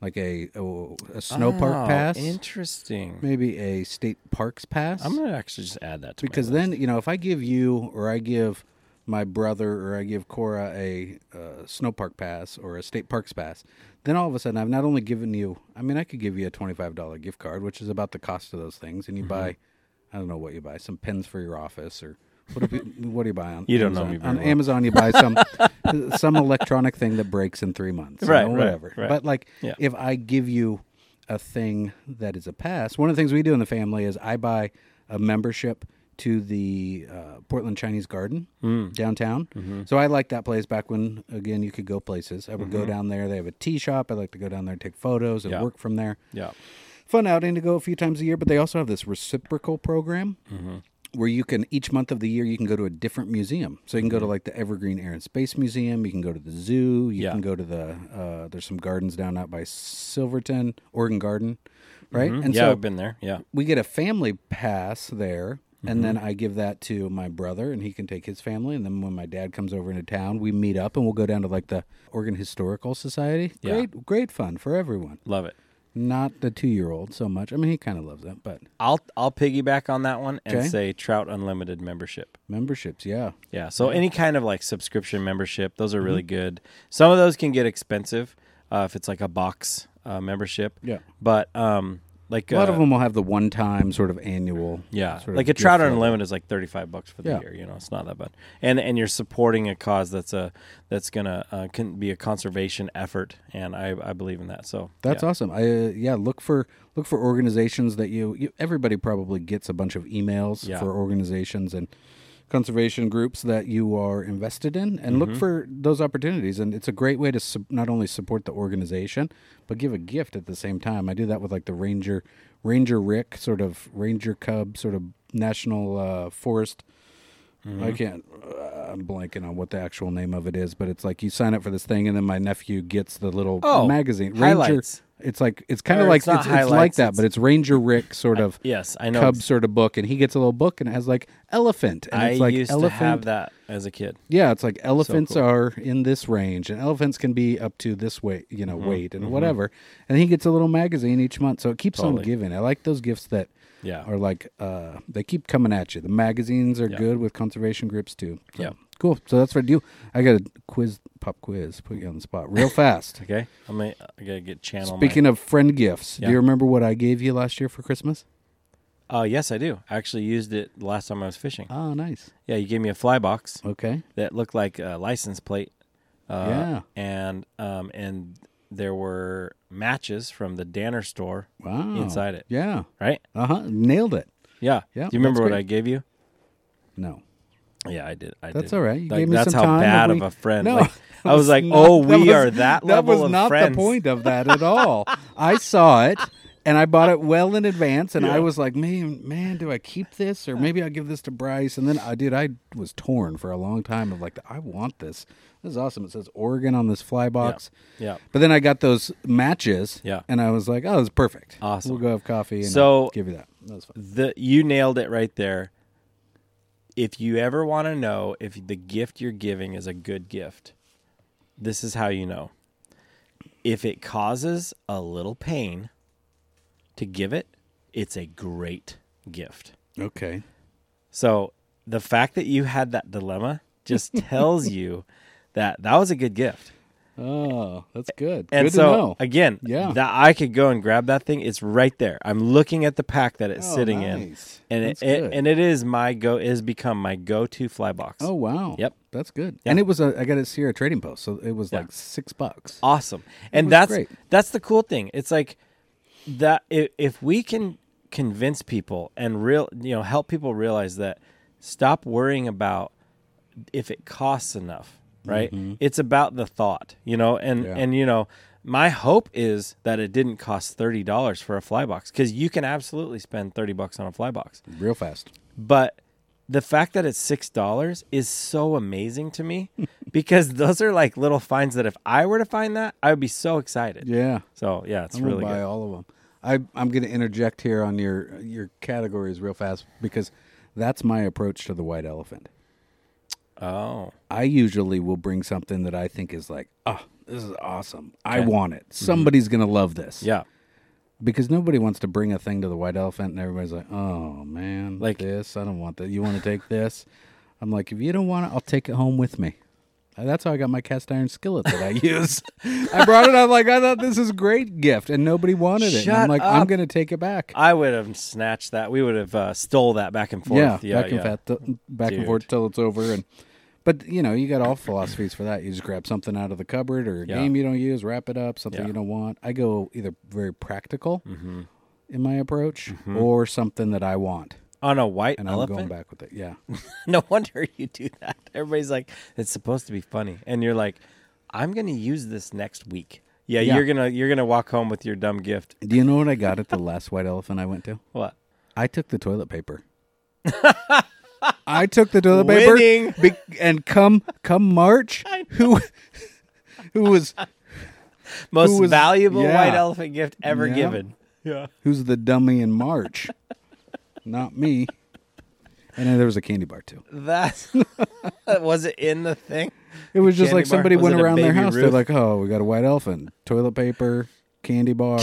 Speaker 1: like a a, a snow
Speaker 2: Oh,
Speaker 1: park pass,
Speaker 2: Interesting.
Speaker 1: maybe a state parks pass.
Speaker 2: I'm gonna actually just add that to my
Speaker 1: because
Speaker 2: list.
Speaker 1: then you know if I give you or I give my brother or I give Cora a uh, snow park pass or a state parks pass, then all of a sudden I've not only given you. I mean, I could give you a twenty five dollar gift card, which is about the cost of those things,
Speaker 2: Mm-hmm.
Speaker 1: and you buy, I don't know what you buy, some pens for your office or. What do, you, what do you buy on
Speaker 2: You don't know
Speaker 1: Amazon?
Speaker 2: me very
Speaker 1: on
Speaker 2: well.
Speaker 1: Amazon you buy some some electronic thing that breaks in three months you
Speaker 2: Right,
Speaker 1: know,
Speaker 2: right,
Speaker 1: whatever
Speaker 2: right.
Speaker 1: but like
Speaker 2: Yeah.
Speaker 1: if I give you a thing that is a pass, one of the things we do in the family is I buy a membership to the uh, Portland Chinese Garden
Speaker 2: Mm.
Speaker 1: downtown.
Speaker 2: Mm-hmm.
Speaker 1: So I like that place back when, again, you could go places. I would go down there. They have a tea shop. I like to go down there and take photos and
Speaker 2: Mm-hmm. Yeah.
Speaker 1: work from there.
Speaker 2: yeah,
Speaker 1: Fun outing to go a few times a year, but they also have this reciprocal program.
Speaker 2: Mm-hmm.
Speaker 1: Where you can each month of the year you can go to a different museum. So you can go to like the Evergreen Air and Space Museum. You can go to the zoo. You
Speaker 2: Mm-hmm. Yeah.
Speaker 1: can go to the uh, there's some gardens down out by Silverton, Oregon Garden, right? And
Speaker 2: Mm-hmm. yeah,
Speaker 1: so
Speaker 2: I've been there. Yeah,
Speaker 1: we get a family pass there and
Speaker 2: Mm-hmm.
Speaker 1: then i give that to my brother and he can take his family and then when my dad comes over into town we meet up and we'll go down to like the oregon historical society
Speaker 2: Yeah.
Speaker 1: great great fun for everyone
Speaker 2: love it.
Speaker 1: not the two-year-old so much i mean he kind of loves it but
Speaker 2: I'll I'll piggyback on that one and
Speaker 1: Okay.
Speaker 2: say Trout Unlimited membership.
Speaker 1: memberships yeah
Speaker 2: Yeah. So any kind of like subscription membership, those are really
Speaker 1: Mm-hmm.
Speaker 2: good. Some of those can get expensive uh, if it's like a box uh, membership.
Speaker 1: Yeah.
Speaker 2: But um, like
Speaker 1: a lot
Speaker 2: uh,
Speaker 1: of them will have the one-time sort of annual
Speaker 2: Yeah,
Speaker 1: sort of
Speaker 2: like a
Speaker 1: gift
Speaker 2: trout
Speaker 1: for-
Speaker 2: unlimited is like thirty five bucks for the
Speaker 1: Yeah.
Speaker 2: year. You know, it's not that bad. And and you're supporting a cause that's a that's gonna uh, can be a conservation effort, and I I believe in that. So
Speaker 1: That's
Speaker 2: yeah.
Speaker 1: awesome. I uh, yeah, look for look for organizations that you, you everybody probably gets a bunch of emails
Speaker 2: Yeah.
Speaker 1: for organizations and conservation groups that you are invested in and
Speaker 2: Mm-hmm.
Speaker 1: look for those opportunities and it's a great way to su- not only support the organization but give a gift at the same time. I do that with like the Ranger Ranger Rick sort of Ranger Cub sort of National uh, Forest
Speaker 2: Mm-hmm.
Speaker 1: I can't. Uh, I'm blanking on what the actual name of it is, but it's like you sign up for this thing, and then my nephew gets the little
Speaker 2: Oh,
Speaker 1: magazine
Speaker 2: highlights.
Speaker 1: Ranger. It's like it's kind of
Speaker 2: Or
Speaker 1: like
Speaker 2: it's not
Speaker 1: it's, it's like
Speaker 2: highlights,
Speaker 1: that,
Speaker 2: it's-
Speaker 1: but it's Ranger Rick sort of
Speaker 2: Yes, I know.
Speaker 1: cub sort of book, and he gets a little book, and it has like elephant, and
Speaker 2: I
Speaker 1: it's like
Speaker 2: used
Speaker 1: elephant.
Speaker 2: to have that as a kid.
Speaker 1: Yeah, it's like elephants
Speaker 2: cool.
Speaker 1: are in this range, and elephants can be up to this weight, you
Speaker 2: Mm-hmm,
Speaker 1: know, weight and whatever. And he gets a little magazine each month, so it keeps on
Speaker 2: Totally.
Speaker 1: giving. I like those gifts that
Speaker 2: Yeah.
Speaker 1: are like uh, they keep coming at you. The magazines are
Speaker 2: Yeah.
Speaker 1: good with conservation groups too. So,
Speaker 2: Yeah.
Speaker 1: cool. So that's what I do. I got a quiz, pop quiz, put you on the spot real fast.
Speaker 2: Okay, I'm gonna, I gotta get channel. my-
Speaker 1: Speaking of friend gifts, do
Speaker 2: Yeah.
Speaker 1: you remember what I gave you last year for Christmas?
Speaker 2: uh, yes, I do. I actually used it the last time I was fishing.
Speaker 1: Oh, nice.
Speaker 2: Yeah, you gave me a fly box
Speaker 1: Okay.
Speaker 2: that looked like a license plate. Uh,
Speaker 1: Yeah.
Speaker 2: and um and there were matches from the Danner store
Speaker 1: Wow.
Speaker 2: inside it.
Speaker 1: Yeah.
Speaker 2: Right?
Speaker 1: Uh huh. Nailed it.
Speaker 2: Yeah.
Speaker 1: Yeah,
Speaker 2: Do you remember
Speaker 1: that's
Speaker 2: what
Speaker 1: great.
Speaker 2: I gave you?
Speaker 1: No.
Speaker 2: Yeah, I did. I
Speaker 1: That's
Speaker 2: did.
Speaker 1: all right. You
Speaker 2: Like,
Speaker 1: gave me
Speaker 2: that's
Speaker 1: some
Speaker 2: how
Speaker 1: time,
Speaker 2: bad
Speaker 1: and
Speaker 2: of
Speaker 1: we-
Speaker 2: a friend.
Speaker 1: No,
Speaker 2: like,
Speaker 1: that
Speaker 2: I was like,
Speaker 1: not-
Speaker 2: oh,
Speaker 1: that
Speaker 2: we
Speaker 1: was-
Speaker 2: are
Speaker 1: That
Speaker 2: that, level
Speaker 1: was
Speaker 2: of
Speaker 1: not
Speaker 2: friends.
Speaker 1: the point of that at all. I saw it, and I bought it well in advance, and I was like, man, man, do I keep this or maybe I give this to Bryce? And then I did. I was torn for a long time of like, I want this. This is awesome. It says Oregon on this fly box.
Speaker 2: Yeah.
Speaker 1: But then I got those matches,
Speaker 2: Yeah.
Speaker 1: and I was like, "Oh, it's perfect.
Speaker 2: Awesome.
Speaker 1: We'll go have coffee and
Speaker 2: So-
Speaker 1: I'll give you that. That was fun.
Speaker 2: The you nailed it right there. If you ever want to know if the gift you're giving is a good gift, this is how you know. If it causes a little pain to give it, it's a great gift.
Speaker 1: Okay,
Speaker 2: So the fact that you had that dilemma just tells you that that was a good gift.
Speaker 1: oh, that's good.
Speaker 2: And
Speaker 1: good
Speaker 2: so
Speaker 1: to know.
Speaker 2: again,
Speaker 1: Yeah.
Speaker 2: that I could go and grab that thing. It's right there. I'm looking at the pack that it's
Speaker 1: Oh,
Speaker 2: sitting
Speaker 1: nice.
Speaker 2: in, and
Speaker 1: That's
Speaker 2: it, it
Speaker 1: good.
Speaker 2: and it is my go. It has become my go-to fly box.
Speaker 1: Oh wow!
Speaker 2: Yep.
Speaker 1: that's good. And it was a I got it at Sierra Trading Post, so it was
Speaker 2: Yeah.
Speaker 1: like six bucks.
Speaker 2: awesome and
Speaker 1: was
Speaker 2: that's
Speaker 1: great.
Speaker 2: that's the cool thing it's like that if, if we can convince people and real you know help people realize that stop worrying about if it costs enough, right? It's about the thought, you know, and
Speaker 1: Mm-hmm. Yeah.
Speaker 2: and you know, my hope is that it didn't cost thirty dollars for a fly box because you can absolutely spend thirty bucks on a fly box
Speaker 1: real fast.
Speaker 2: but the fact that it's six dollars is so amazing to me because those are like little finds that if I were to find that, I would be so excited.
Speaker 1: Yeah.
Speaker 2: So yeah, it's
Speaker 1: I'm
Speaker 2: really
Speaker 1: gonna buy
Speaker 2: good.
Speaker 1: all of them. I I'm gonna interject here on your your categories real fast because that's my approach to the white elephant.
Speaker 2: Oh,
Speaker 1: I usually will bring something that I think is like, oh, this is awesome. I want it.
Speaker 2: Mm-hmm.
Speaker 1: Somebody's gonna love this.
Speaker 2: yeah,
Speaker 1: Because nobody wants to bring a thing to the white elephant, and everybody's like, oh man, like
Speaker 2: Like-
Speaker 1: this. I don't want that. You want to take this? I'm like, if you don't want it, I'll take it home with me. And That's how I got my cast iron skillet that I use. I brought it. I'm like, I thought this is a great gift, and nobody wanted it. and I'm
Speaker 2: Shut
Speaker 1: like, I'm
Speaker 2: up.
Speaker 1: gonna take it back.
Speaker 2: I would have snatched that. We would have uh, stole that back and forth.
Speaker 1: Yeah,
Speaker 2: Yeah,
Speaker 1: back and
Speaker 2: yeah.
Speaker 1: forth, back and
Speaker 2: Dude.
Speaker 1: forth till it's over. And but you know, you got all philosophies for that. You just grab something out of the cupboard or a
Speaker 2: Yeah.
Speaker 1: game you don't use, wrap it up, something
Speaker 2: Yeah. Mm-hmm.
Speaker 1: you don't want. I go either very practical in my approach or something that I want,
Speaker 2: On a white
Speaker 1: and I'm going
Speaker 2: Mm-hmm. elephant.
Speaker 1: back with it. Yeah,
Speaker 2: no wonder you do that. Everybody's like, it's supposed to be funny, and you're like, I'm gonna use this next week. Yeah,
Speaker 1: Yeah.
Speaker 2: you're gonna you're gonna walk home with your dumb gift.
Speaker 1: do you know what I got at the last white elephant I went to?
Speaker 2: What?
Speaker 1: I took the toilet paper. I took the toilet paper,
Speaker 2: Winning.
Speaker 1: be- and come come March, who who was
Speaker 2: Most
Speaker 1: was-
Speaker 2: valuable
Speaker 1: yeah.
Speaker 2: white elephant gift ever
Speaker 1: Yeah.
Speaker 2: given. Yeah.
Speaker 1: Who's the dummy in March? Not me. And then there was a candy bar too.
Speaker 2: That was it in the thing.
Speaker 1: It was just
Speaker 2: Candy
Speaker 1: like
Speaker 2: bar?
Speaker 1: somebody
Speaker 2: Was
Speaker 1: went
Speaker 2: it a
Speaker 1: around their
Speaker 2: baby
Speaker 1: house. They're
Speaker 2: Ruth?
Speaker 1: like, "Oh, we got a white elephant, toilet paper, candy bar.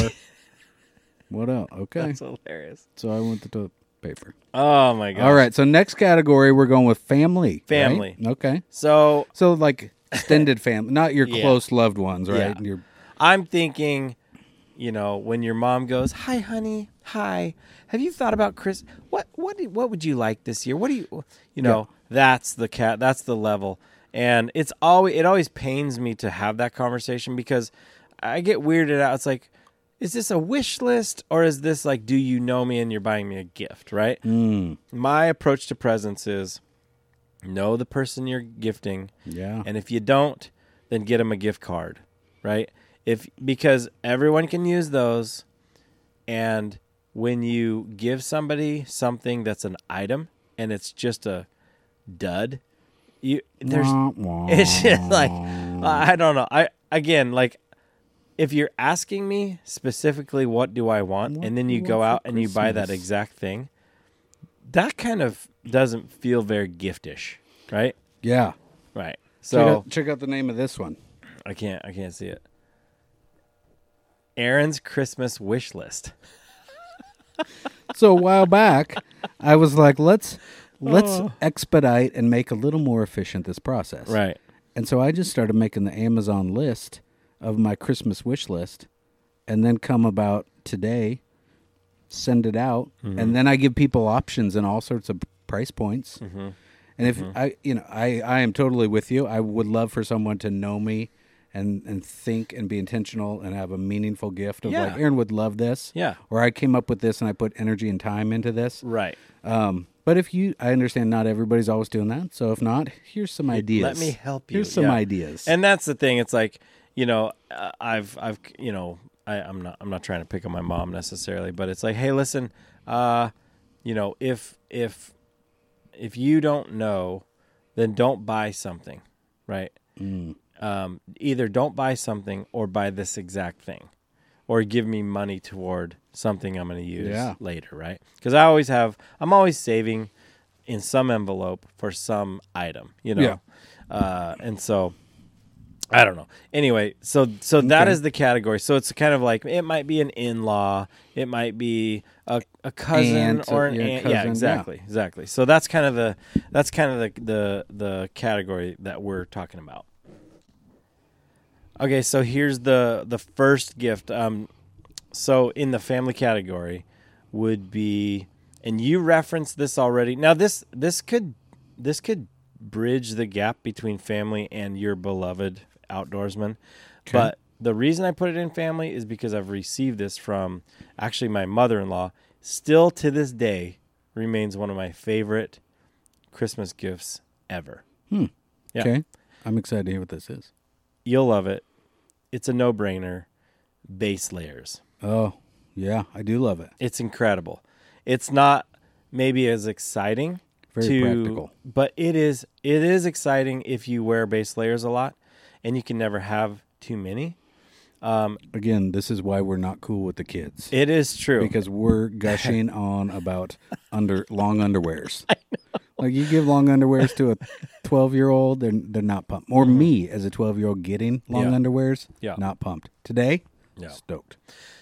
Speaker 1: what else? Okay."
Speaker 2: That's hilarious.
Speaker 1: so I went to toilet paper.
Speaker 2: Oh my god!
Speaker 1: All right. So next category, we're going with family. right?
Speaker 2: Family.
Speaker 1: Okay.
Speaker 2: So
Speaker 1: So like extended family, not your
Speaker 2: Yeah.
Speaker 1: close loved ones, right?
Speaker 2: Yeah.
Speaker 1: Your
Speaker 2: I'm thinking, you know, when your mom goes, "Hi, honey. Hi. Have you thought about Chris? What what do- what would you like this year? What do you you know? That's the cat. That's the level. And it's always it always pains me to have that conversation because I get weirded out. It's like. Is this a wish list or is this like, do you know me and you're buying me a gift, right? My approach to presents is know the person you're gifting.
Speaker 1: yeah.
Speaker 2: And if you don't, then get them a gift card, right? If because everyone can use those and when you give somebody something that's an item and it's just a dud, you there's
Speaker 1: Wah, wah.
Speaker 2: it's just like I don't know. I again like if you're asking me specifically what do I want
Speaker 1: What
Speaker 2: and then
Speaker 1: do
Speaker 2: you
Speaker 1: you
Speaker 2: go
Speaker 1: want for
Speaker 2: out and you buy that
Speaker 1: Christmas?
Speaker 2: exact thing, that kind of doesn't feel very giftish, right?
Speaker 1: yeah.
Speaker 2: Right.
Speaker 1: Check
Speaker 2: So
Speaker 1: out- check out the name of this one.
Speaker 2: I can't. I can't see it. Aaron's Christmas wish list.
Speaker 1: so a while back i was like let's let's expedite and make a little more efficient this process
Speaker 2: Right.
Speaker 1: and so i just started making the amazon list of my christmas wish list and then come about today send it out
Speaker 2: Mm-hmm.
Speaker 1: and then i give people options and all sorts of price points
Speaker 2: Mm-hmm.
Speaker 1: and if i you know i i am totally with you i would love for someone to know me and and think and be intentional and have a meaningful gift of like
Speaker 2: Yeah.
Speaker 1: aaron would love this
Speaker 2: Yeah.
Speaker 1: or I came up with this and I put energy and time into this.
Speaker 2: Right.
Speaker 1: Um, but if you, I understand not everybody's always doing that. So if not, here's some ideas.
Speaker 2: Let me help you.
Speaker 1: Here's some
Speaker 2: Yeah.
Speaker 1: ideas.
Speaker 2: And that's the thing. It's like you know, uh, I've I've you know, I, I'm not I'm not trying to pick on my mom necessarily, but it's like, hey, listen, uh, you know, if if if you don't know, then don't buy something, right?
Speaker 1: Mm.
Speaker 2: Um, either don't buy something or buy this exact thing, or give me money toward something I'm going to use
Speaker 1: Yeah.
Speaker 2: later, right? Because I always have, I'm always saving in some envelope for some item, you know. Uh, and so I don't know. Anyway, so so that
Speaker 1: Okay.
Speaker 2: is the category. So it's kind of like it might be an in-law, it might be a, a cousin
Speaker 1: Aunt,
Speaker 2: or
Speaker 1: uh,
Speaker 2: an
Speaker 1: yeah,
Speaker 2: aunt.
Speaker 1: cousin, yeah.
Speaker 2: yeah, exactly, exactly. So that's kind of the that's kind of the the the category that we're talking about. Okay, so here's the the first gift. Um, so in the family category would be, and you referenced this already. Now this this could this could bridge the gap between family and your beloved outdoorsman. But the reason I put it in family is because I've received this from actually my mother in law. Still to this day remains one of my favorite Christmas gifts ever. Yeah.
Speaker 1: Okay. I'm excited to hear what this is.
Speaker 2: You'll love it. It's a no brainer. Base layers.
Speaker 1: Oh, yeah. I do love it.
Speaker 2: It's incredible. It's not maybe as exciting
Speaker 1: Very
Speaker 2: to,
Speaker 1: practical.
Speaker 2: but it is it is exciting if you wear base layers a lot, and you can never have too many.
Speaker 1: Again, this is why we're not cool with the kids
Speaker 2: It is true.
Speaker 1: because we're gushing on about under long underwears. Like you give long underwears to a 12 year old, they're they're not pumped. Or me as a 12 year old getting long
Speaker 2: Mm-hmm. Yeah.
Speaker 1: underwears,
Speaker 2: Yeah.
Speaker 1: not pumped. Today,
Speaker 2: Yeah.
Speaker 1: stoked.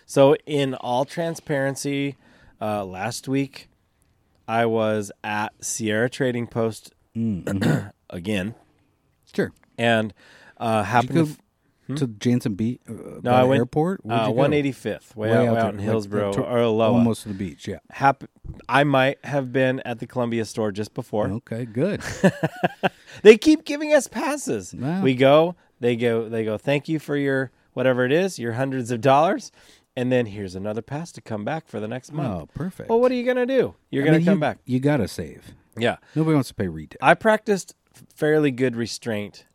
Speaker 2: So, in all transparency, uh, last week I was at Sierra Trading Post
Speaker 1: Mm.
Speaker 2: again,
Speaker 1: Sure.
Speaker 2: and uh, happened
Speaker 1: go
Speaker 2: to f-
Speaker 1: To Jansen Beach uh, by
Speaker 2: Hmm? I
Speaker 1: the
Speaker 2: went,
Speaker 1: airport? Where'd
Speaker 2: uh,
Speaker 1: you go?
Speaker 2: 185th, way, out, way
Speaker 1: there,
Speaker 2: out in
Speaker 1: like,
Speaker 2: Hillsboro
Speaker 1: to-
Speaker 2: or Aloha.
Speaker 1: Almost to the beach, yeah.
Speaker 2: Hap- I might have been at the Columbia store just before.
Speaker 1: Okay, good.
Speaker 2: They keep giving us passes.
Speaker 1: Wow.
Speaker 2: We go, they go, they go. Thank you for your whatever it is, your hundreds of dollars, and then here's another pass to come back for the next month.
Speaker 1: Oh, perfect.
Speaker 2: Well, what are you gonna do? You're gonna
Speaker 1: I mean,
Speaker 2: come
Speaker 1: you-
Speaker 2: back.
Speaker 1: You gotta save.
Speaker 2: Yeah.
Speaker 1: Nobody wants to pay retail.
Speaker 2: I practiced fairly good restraint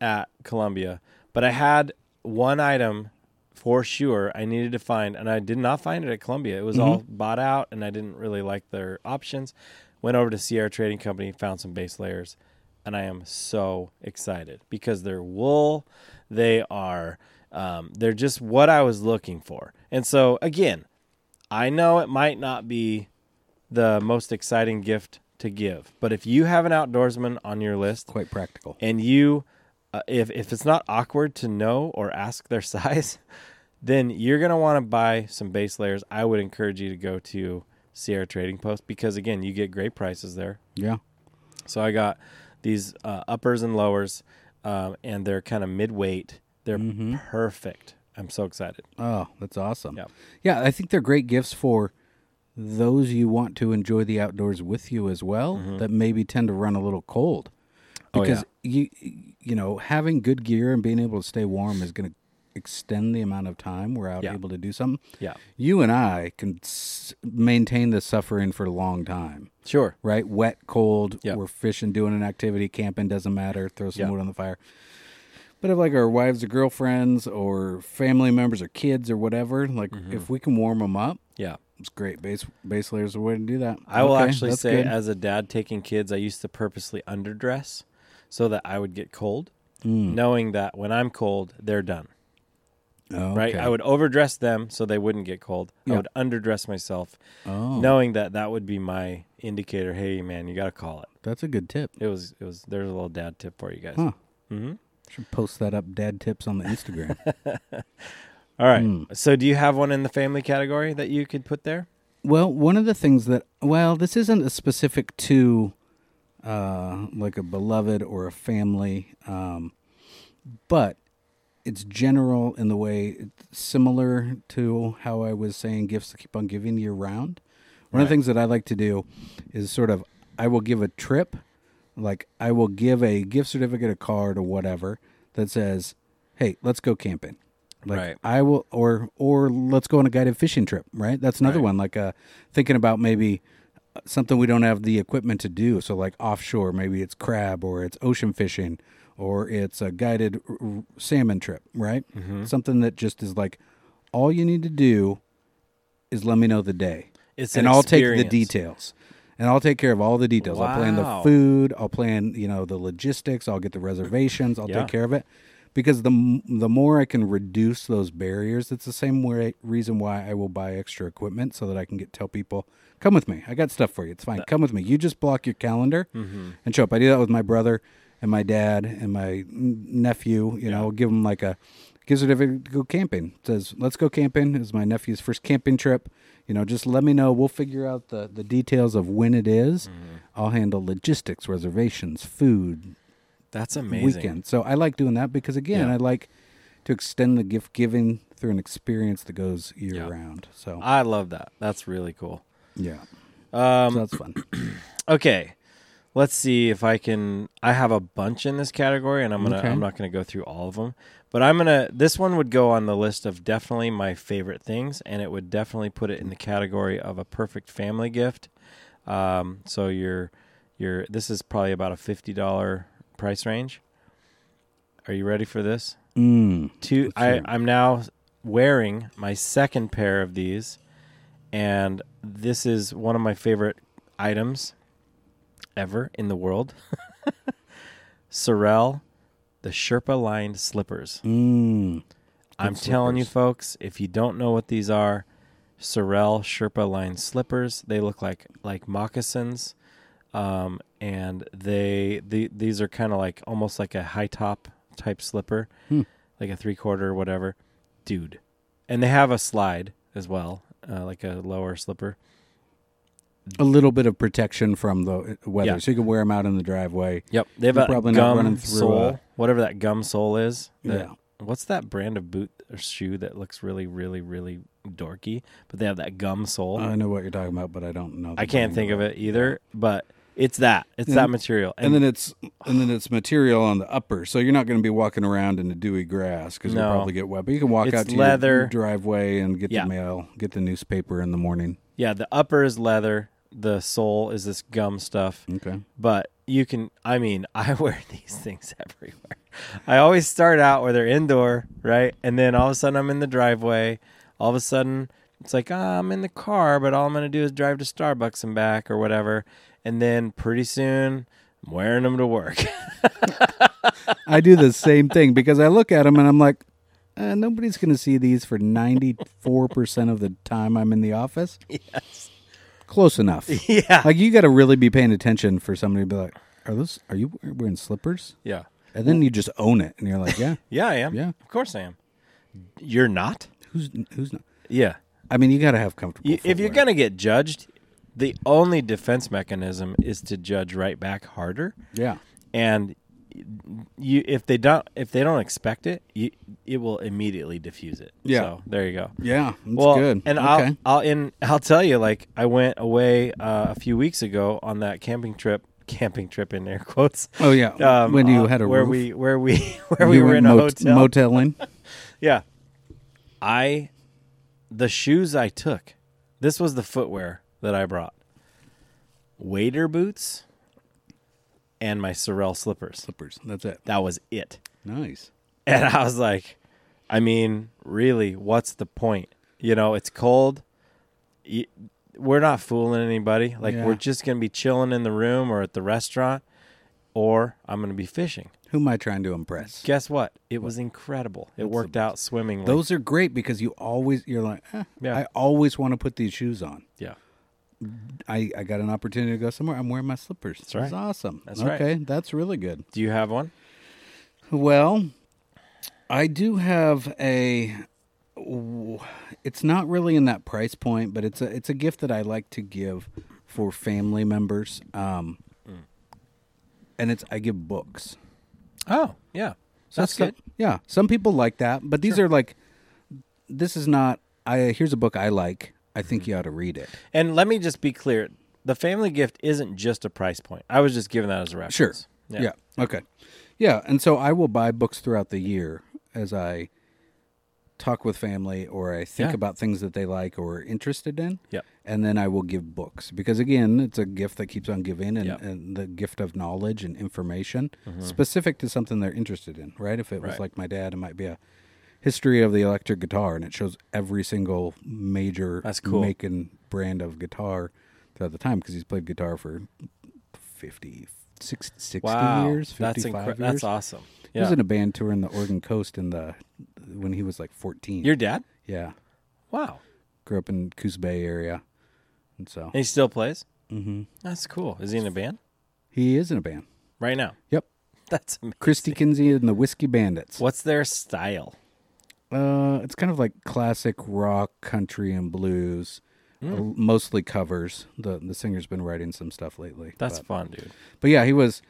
Speaker 2: at Columbia, but I had one item for sure I needed to find, and I did not find it at Columbia. It was all bought out, and I didn't really like their options. Went over to Sierra Trading Company, found some base layers, and I am so excited because they're wool, they are, um, they're just what I was looking for. And so again, I know it might not be the most exciting gift to give, but if you have an outdoorsman on your list
Speaker 1: Quite practical.
Speaker 2: and you, uh, if if it's not awkward to know or ask their size, then you're gonna want to buy some base layers. I would encourage you to go to Sierra Trading Post because again, you get great prices there.
Speaker 1: Yeah.
Speaker 2: So I got these uh, uppers and lowers, um, and they're kind of mid weight. They're
Speaker 1: Mm-hmm.
Speaker 2: perfect. I'm so excited.
Speaker 1: Oh, that's awesome.
Speaker 2: Yep.
Speaker 1: Yeah, I think they're great gifts for those you want to enjoy the outdoors with you as well that maybe tend to run a little cold.
Speaker 2: Mm-hmm. Oh,
Speaker 1: Because you you know, having good gear and being able to stay warm is going to extend the amount of time we're out
Speaker 2: Yeah.
Speaker 1: able to do something.
Speaker 2: Yeah.
Speaker 1: You and I can s- maintain the suffering for a long time.
Speaker 2: Sure.
Speaker 1: right? Wet, cold.
Speaker 2: Yeah.
Speaker 1: We're fishing, doing an activity, camping doesn't matter. Throw some
Speaker 2: Yeah.
Speaker 1: wood on the fire. But if like our wives or girlfriends or family members or kids or whatever, like
Speaker 2: Mm-hmm.
Speaker 1: if we can warm them up,
Speaker 2: Yeah.
Speaker 1: it's great. Base base layers a way to do that.
Speaker 2: I will
Speaker 1: Okay,
Speaker 2: actually
Speaker 1: that's
Speaker 2: say,
Speaker 1: good.
Speaker 2: as a dad taking kids, I used to purposely underdress so that I would get cold,
Speaker 1: Mm.
Speaker 2: knowing that when I'm cold, they're done. Right?
Speaker 1: Okay.
Speaker 2: I would overdress them so they wouldn't get cold. I
Speaker 1: Yeah.
Speaker 2: would underdress myself,
Speaker 1: Oh,
Speaker 2: knowing that that would be my indicator. Hey, man, you got to call it.
Speaker 1: that's a good tip.
Speaker 2: It was. It was. There's a little dad tip for you guys.
Speaker 1: Huh.
Speaker 2: Mm-hmm.
Speaker 1: Should post that up. Dad tips on the Instagram.
Speaker 2: All right.
Speaker 1: Hmm.
Speaker 2: So, do you have one in the family category that you could put there?
Speaker 1: Well, one of the things that well, this isn't a specific to uh, like a beloved or a family, um, but it's general in the way it's similar to how I was saying gifts to keep on giving year round. One of the things that I like to do is sort of I will give a trip, like I will give a gift certificate, a card, or whatever that says, "Hey, let's go camping." Like
Speaker 2: Right.
Speaker 1: I will, or or let's go on a guided fishing trip. Right, that's another
Speaker 2: Right.
Speaker 1: one. Like uh, thinking about maybe uh, something we don't have the equipment to do. So like offshore, maybe it's crab or it's ocean fishing or it's a guided r- r- salmon trip. Right,
Speaker 2: Mm-hmm.
Speaker 1: something that just is like all you need to do is let me know the day,
Speaker 2: It's
Speaker 1: and
Speaker 2: an
Speaker 1: I'll take
Speaker 2: experience.
Speaker 1: the details. And I'll take care of all the details. I'll plan the
Speaker 2: Wow.
Speaker 1: food. I'll plan, you know, the logistics. I'll get the reservations. I'll
Speaker 2: Yeah.
Speaker 1: take care of it because the m- the more I can reduce those barriers, it's the same way, reason why I will buy extra equipment so that I can get tell people, come with me. I got stuff for you. It's fine. Come with me. You just block your calendar
Speaker 2: Mm-hmm.
Speaker 1: and show up. I do that with my brother and my dad and my n- nephew. You know, give them like a gives it a to go camping. It says, let's go camping. It was my nephew's first camping trip. You know, just let me know. We'll figure out the, the details of when it is.
Speaker 2: Mm-hmm.
Speaker 1: I'll handle logistics, reservations, food,
Speaker 2: That's amazing.
Speaker 1: weekend. So I like doing that because again,
Speaker 2: Yeah.
Speaker 1: I like to extend the gift giving through an experience that goes year
Speaker 2: Yeah.
Speaker 1: round. So
Speaker 2: I love that. That's really cool.
Speaker 1: yeah,
Speaker 2: Um,
Speaker 1: so that's fun.
Speaker 2: Okay. Let's see if I can I have a bunch in this category and I'm going to
Speaker 1: Okay.
Speaker 2: I'm not going to go through all of them, but I'm going to this one would go on the list of definitely my favorite things and it would definitely put it in the category of a perfect family gift. Um so your your this is probably about a fifty dollar price range. Are you ready for this?
Speaker 1: Mm.
Speaker 2: Two. I
Speaker 1: hear it.
Speaker 2: I'm now wearing my second pair of these, and this is one of my favorite items ever in the world. Sorel, the Sherpa lined slippers.
Speaker 1: Mm.
Speaker 2: I'm
Speaker 1: Good
Speaker 2: telling you,
Speaker 1: slippers.
Speaker 2: folks, if you don't know what these are, Sorel Sherpa lined slippers. They look like like moccasins, um, and they the, these are kind of like almost like a high top type slipper,
Speaker 1: Hmm.
Speaker 2: like a three quarter or whatever, dude. And they have a slide as well, uh, like a lower slipper.
Speaker 1: A little bit of protection from the weather,
Speaker 2: Yeah.
Speaker 1: so you can wear them out in the driveway.
Speaker 2: Yep, they have
Speaker 1: You're
Speaker 2: a
Speaker 1: probably not running
Speaker 2: gum
Speaker 1: through
Speaker 2: sole,
Speaker 1: a-
Speaker 2: uh, whatever that gum sole is. that-
Speaker 1: Yeah.
Speaker 2: What's that brand of boot or shoe that looks really, really, really dorky, but they have that gum sole?
Speaker 1: I know what you're talking about, but I don't know. the
Speaker 2: I
Speaker 1: brand
Speaker 2: can't think of it either, but it's that. It's
Speaker 1: And-
Speaker 2: that material.
Speaker 1: And, then it's and then it's material on the upper, so you're not going to be walking around in the dewy grass because
Speaker 2: No.
Speaker 1: you'll probably get wet. But you can walk
Speaker 2: It's
Speaker 1: out to your-
Speaker 2: leather.
Speaker 1: your driveway and get
Speaker 2: Yeah.
Speaker 1: the mail, get the newspaper in the morning.
Speaker 2: yeah, the upper is leather, the sole is this gum stuff.
Speaker 1: Okay.
Speaker 2: But you can I mean, I wear these things everywhere. I always start out where they're indoor, right? And then all of a sudden I'm in the driveway. All of a sudden it's like, ah, I'm in the car, but all I'm gonna do is drive to Starbucks and back or whatever. And then pretty soon I'm wearing them to work.
Speaker 1: I do the same thing because I look at them and I'm like, uh, nobody's going to see these for 94% of the time I'm in the office.
Speaker 2: yes.
Speaker 1: Close enough.
Speaker 2: Yeah.
Speaker 1: Like you got to really be paying attention for somebody to be like, are those are you wearing slippers?
Speaker 2: Yeah.
Speaker 1: And then you just own it and you're like, yeah.
Speaker 2: Yeah, I am.
Speaker 1: Yeah.
Speaker 2: Of course I am. You're not?
Speaker 1: Who's who's not?
Speaker 2: Yeah.
Speaker 1: I mean, you got to have comfortable.
Speaker 2: You, if you're
Speaker 1: footwear.
Speaker 2: going to get judged, the only defense mechanism is to judge right back harder.
Speaker 1: Yeah.
Speaker 2: And you if they don't if they don't expect it, you, it will immediately diffuse it.
Speaker 1: Yeah.
Speaker 2: So, there you go.
Speaker 1: Yeah, that's
Speaker 2: well,
Speaker 1: good.
Speaker 2: and
Speaker 1: okay.
Speaker 2: I'll I'll and I'll tell you like I went away uh, a few weeks ago on that camping trip, camping trip in air quotes.
Speaker 1: Oh yeah. when you
Speaker 2: uh,
Speaker 1: had a
Speaker 2: where
Speaker 1: roof,
Speaker 2: we where we where we
Speaker 1: you
Speaker 2: were
Speaker 1: went
Speaker 2: in a
Speaker 1: mot-
Speaker 2: hotel
Speaker 1: moteling.
Speaker 2: Yeah. I the shoes I took. This was the footwear that I brought. Wader boots and my Sorel slippers.
Speaker 1: Slippers. That's it.
Speaker 2: That was it.
Speaker 1: Nice.
Speaker 2: And I was like, I mean, really, what's the point? You know, it's cold. Y- We're not fooling anybody. Like
Speaker 1: Yeah.
Speaker 2: we're just going to be chilling in the room or at the restaurant or I'm going to be fishing.
Speaker 1: Who am I trying to impress?
Speaker 2: Guess what? It was incredible. It worked out swimmingly.
Speaker 1: Those are great because you always you're like, eh,
Speaker 2: Yeah.
Speaker 1: I always want to put these shoes on.
Speaker 2: yeah.
Speaker 1: I, I got an opportunity to go somewhere. I'm wearing my slippers. That's
Speaker 2: right.
Speaker 1: It's awesome.
Speaker 2: That's
Speaker 1: okay,
Speaker 2: right.
Speaker 1: that's really good.
Speaker 2: Do you have one?
Speaker 1: Well, I do have a. It's not really in that price point, but it's a it's a gift that I like to give for family members. Um,
Speaker 2: Hmm.
Speaker 1: and it's I give books.
Speaker 2: Oh, yeah.
Speaker 1: So
Speaker 2: That's
Speaker 1: some-
Speaker 2: good.
Speaker 1: yeah, some people like that, but these are like. This is not. I here's a book I like. I think
Speaker 2: Hmm.
Speaker 1: you ought to read it.
Speaker 2: And let me just be clear. The family gift isn't just a price point. I was just giving that as a reference.
Speaker 1: Sure. Yeah. Okay. Yeah, and so I will buy books throughout the year as I talk with family or I think
Speaker 2: Yeah.
Speaker 1: about things that they like or are interested in.
Speaker 2: Yep.
Speaker 1: And then I will give books because again, it's a gift that keeps on giving and,
Speaker 2: Yeah.
Speaker 1: and the gift of knowledge and information specific to something they're interested in, right? If it was
Speaker 2: Mm-hmm. Right.
Speaker 1: like my dad, it might be a history of the electric guitar and it shows every single major
Speaker 2: That's cool.
Speaker 1: make and brand of guitar throughout the time because he's played guitar for 50 six- 60
Speaker 2: Wow.
Speaker 1: years 55
Speaker 2: that's incre-
Speaker 1: years
Speaker 2: That's awesome.
Speaker 1: he was
Speaker 2: Yeah.
Speaker 1: in a band touring the oregon coast in the when he was like 14
Speaker 2: Your dad?
Speaker 1: yeah
Speaker 2: Wow.
Speaker 1: grew up in coos bay area and so
Speaker 2: And he still plays? Mm-hmm. That's cool. Is he in a band?
Speaker 1: he is in a band
Speaker 2: Right now.
Speaker 1: yep
Speaker 2: That's amazing.
Speaker 1: christy kinsey and the whiskey bandits
Speaker 2: What's their style?
Speaker 1: uh, it's kind of like classic rock country and blues uh, mostly covers the the singer's been writing some stuff lately
Speaker 2: That's
Speaker 1: but-
Speaker 2: fun, dude.
Speaker 1: But yeah, he was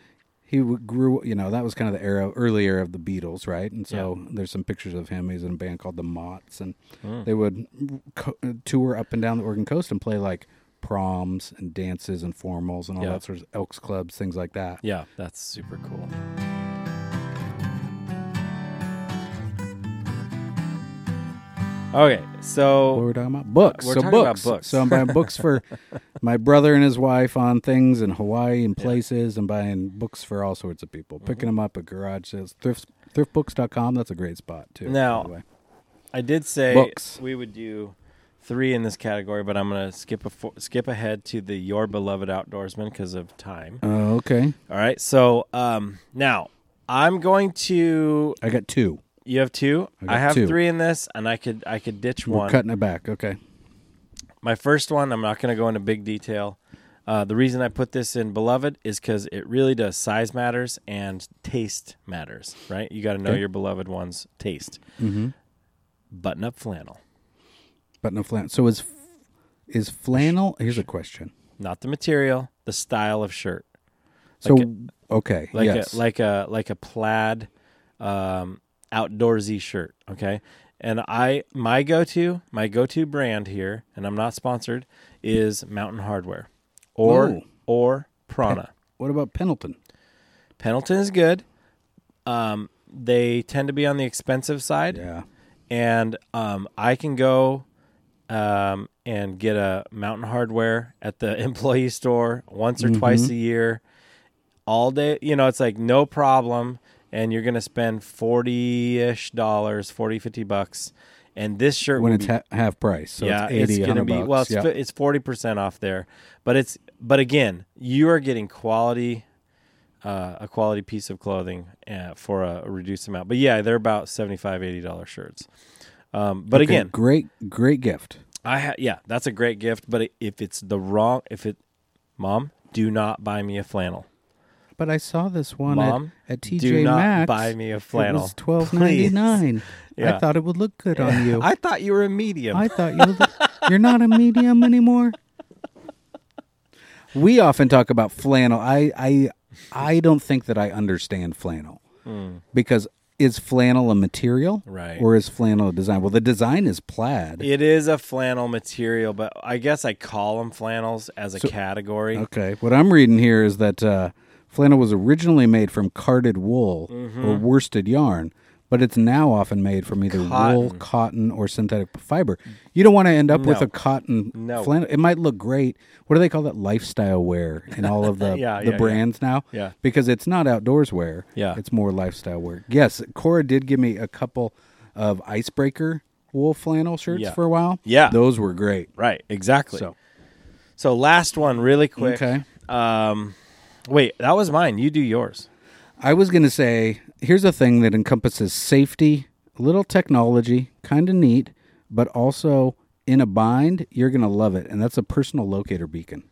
Speaker 1: he w- grew. You know, that was kind of the era early era of the Beatles, right? And so there's some pictures of him. He's in a band called the Mott's, and they would co- uh, tour up and down the Oregon coast and play like proms and dances and formals and all
Speaker 2: Yeah.
Speaker 1: that sort of Elks clubs, things like that.
Speaker 2: Yeah, that's super cool. Okay, so
Speaker 1: What were we talking about? Books.
Speaker 2: We're
Speaker 1: so
Speaker 2: talking about
Speaker 1: books.
Speaker 2: books.
Speaker 1: So I'm buying books for my brother and his wife on things in Hawaii and places. and buying books for all sorts of
Speaker 2: Mm-hmm.
Speaker 1: people. Picking them up at garage sales. Thrift, thriftbooks.com. That's a great spot too. by
Speaker 2: Now-
Speaker 1: the way.
Speaker 2: I did say
Speaker 1: Books.
Speaker 2: we would do three in this category, but I'm gonna skip a skip ahead to the your beloved outdoorsman because of time.
Speaker 1: Oh, okay.
Speaker 2: All right, so um, now I'm going to.
Speaker 1: I got two.
Speaker 2: You have two.
Speaker 1: I got
Speaker 2: I, have
Speaker 1: two.
Speaker 2: three in this, and I could I could ditch
Speaker 1: We're
Speaker 2: one.
Speaker 1: cutting it back. Okay.
Speaker 2: My first one, I'm not going to go into big detail. Uh, the reason I put this in beloved is because it really does size matters and taste matters, right? You got to know
Speaker 1: Okay.
Speaker 2: your beloved one's taste.
Speaker 1: Mm-hmm.
Speaker 2: Button up flannel,
Speaker 1: But no flannel. So is is flannel? Here's a question.
Speaker 2: not the material, the style of shirt.
Speaker 1: So
Speaker 2: Like
Speaker 1: okay,
Speaker 2: like
Speaker 1: yes.
Speaker 2: a like a like a plaid um outdoorsy shirt okay and i my go-to my go-to brand here and i'm not sponsored is mountain hardware or
Speaker 1: Ooh.
Speaker 2: or prana
Speaker 1: what about Pendleton?
Speaker 2: pendleton is good um they tend to be on the expensive side
Speaker 1: Yeah.
Speaker 2: and um i can go um and get a mountain hardware at the employee store once or twice a year all day. You know, it's like no problem. And you're going to spend 40 ish dollars, 40, 50 bucks. And this shirt
Speaker 1: When
Speaker 2: will
Speaker 1: it's
Speaker 2: be,
Speaker 1: ha- half price, so
Speaker 2: yeah,
Speaker 1: it's
Speaker 2: it's
Speaker 1: eighty,
Speaker 2: going to
Speaker 1: hundred
Speaker 2: be,
Speaker 1: bucks.
Speaker 2: well, it's,
Speaker 1: yeah.
Speaker 2: fi- it's 40% off there, but it's, but again, you are getting quality, uh, a quality piece of clothing uh, for a reduced amount. But yeah, they're about 75, 80 dollar shirts. Um, but
Speaker 1: Okay,
Speaker 2: again,
Speaker 1: great, great gift.
Speaker 2: I ha- yeah, that's a great gift, but i- if it's the wrong, if it, mom, do not buy me a flannel.
Speaker 1: But I saw this one
Speaker 2: Mom,
Speaker 1: at, at TJ
Speaker 2: do not
Speaker 1: Maxx.
Speaker 2: buy me a
Speaker 1: It
Speaker 2: flannel.
Speaker 1: was twelve ninety nine. I
Speaker 2: Yeah.
Speaker 1: thought it would look good on you. I,
Speaker 2: I thought you were a medium.
Speaker 1: thought you. Would look, you're not a medium anymore. We often talk about flannel. I I I don't think that I understand flannel because is flannel a material,
Speaker 2: Hmm. Right.
Speaker 1: Or is flannel a design? Well, the design is plaid.
Speaker 2: it is a flannel material, but I guess I call them flannels as a category.
Speaker 1: Okay. What I'm reading here is that uh, flannel was originally made from carded wool
Speaker 2: Mm-hmm.
Speaker 1: or worsted yarn, but it's now often made from either wool,
Speaker 2: Cotton.
Speaker 1: cotton, or synthetic fiber. You don't want to end up with
Speaker 2: No.
Speaker 1: a cotton
Speaker 2: No.
Speaker 1: flannel. It might look great. What do they call that? Lifestyle wear in all of the,
Speaker 2: Yeah,
Speaker 1: the
Speaker 2: yeah, yeah.
Speaker 1: brands now?
Speaker 2: Yeah.
Speaker 1: Because it's not outdoors wear.
Speaker 2: Yeah.
Speaker 1: It's more lifestyle wear. Yes. Cora did give me a couple of icebreaker wool flannel shirts
Speaker 2: Yeah.
Speaker 1: for a while.
Speaker 2: Yeah.
Speaker 1: Those were great.
Speaker 2: Right, exactly.
Speaker 1: So.
Speaker 2: So. last one, really quick.
Speaker 1: Okay.
Speaker 2: Um, wait, that was mine. You do yours.
Speaker 1: I was going to say here's a thing that encompasses safety, a little technology, kind of neat, but also in a bind, you're going to love it. And that's a personal locator beacon.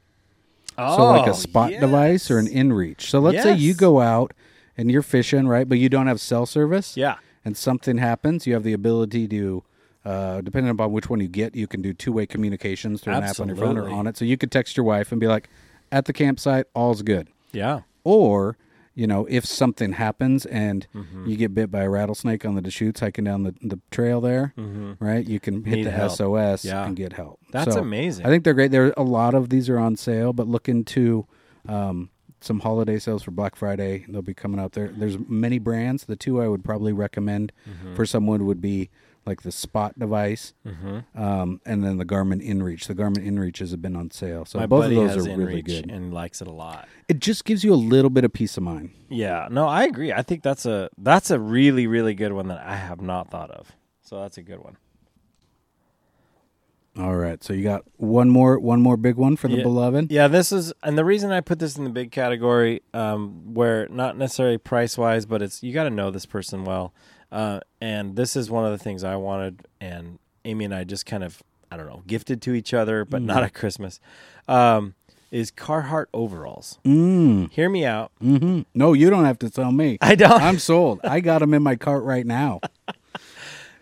Speaker 2: Oh,
Speaker 1: so, like a spot device or an in reach. So, let's say you
Speaker 2: Yes.
Speaker 1: go out and you're fishing, right? But you don't have cell service.
Speaker 2: Yeah.
Speaker 1: And something happens, you have the ability to. Uh, depending upon which one you get, you can do two-way communications through an app on your phone or
Speaker 2: Absolutely.
Speaker 1: on it. So you could text your wife and be like, "At the campsite, all's good."
Speaker 2: Yeah.
Speaker 1: or you know if something happens and
Speaker 2: Mm-hmm.
Speaker 1: you get bit by a rattlesnake on the Deschutes hiking down the, the trail there right you can hit
Speaker 2: Mm-hmm. Need
Speaker 1: the
Speaker 2: help.
Speaker 1: SOS
Speaker 2: Yeah.
Speaker 1: and get help
Speaker 2: That's amazing.
Speaker 1: I think they're great there are a lot of these are on sale but look into um, some holiday sales for Black Friday they'll be coming out there there's many brands the two I would probably recommend
Speaker 2: Mm-hmm.
Speaker 1: for someone would be like the spot device
Speaker 2: Mm-hmm.
Speaker 1: um, and then the Garmin InReach the Garmin InReaches have been on sale so
Speaker 2: My
Speaker 1: both of
Speaker 2: buddy
Speaker 1: those
Speaker 2: has
Speaker 1: are
Speaker 2: InReach
Speaker 1: really good
Speaker 2: and likes it a lot.
Speaker 1: it just gives you a little bit of peace of mind
Speaker 2: Yeah, no, I agree. I think that's a that's a really really good one that I have not thought of. So that's a good one.
Speaker 1: All right, so you got one more, one more big one for the
Speaker 2: Yeah.
Speaker 1: beloved.
Speaker 2: Yeah, this is and the reason I put this in the big category, um, where not necessarily price wise, but it's you got to know this person well, uh, and this is one of the things I wanted, and Amy and I just kind of I don't know gifted to each other, but not at Christmas, um, is Carhartt overalls.
Speaker 1: Mm.
Speaker 2: Hear me out.
Speaker 1: hmm No, you don't have to tell me.
Speaker 2: I don't.
Speaker 1: I'm sold. I got them in my cart right now.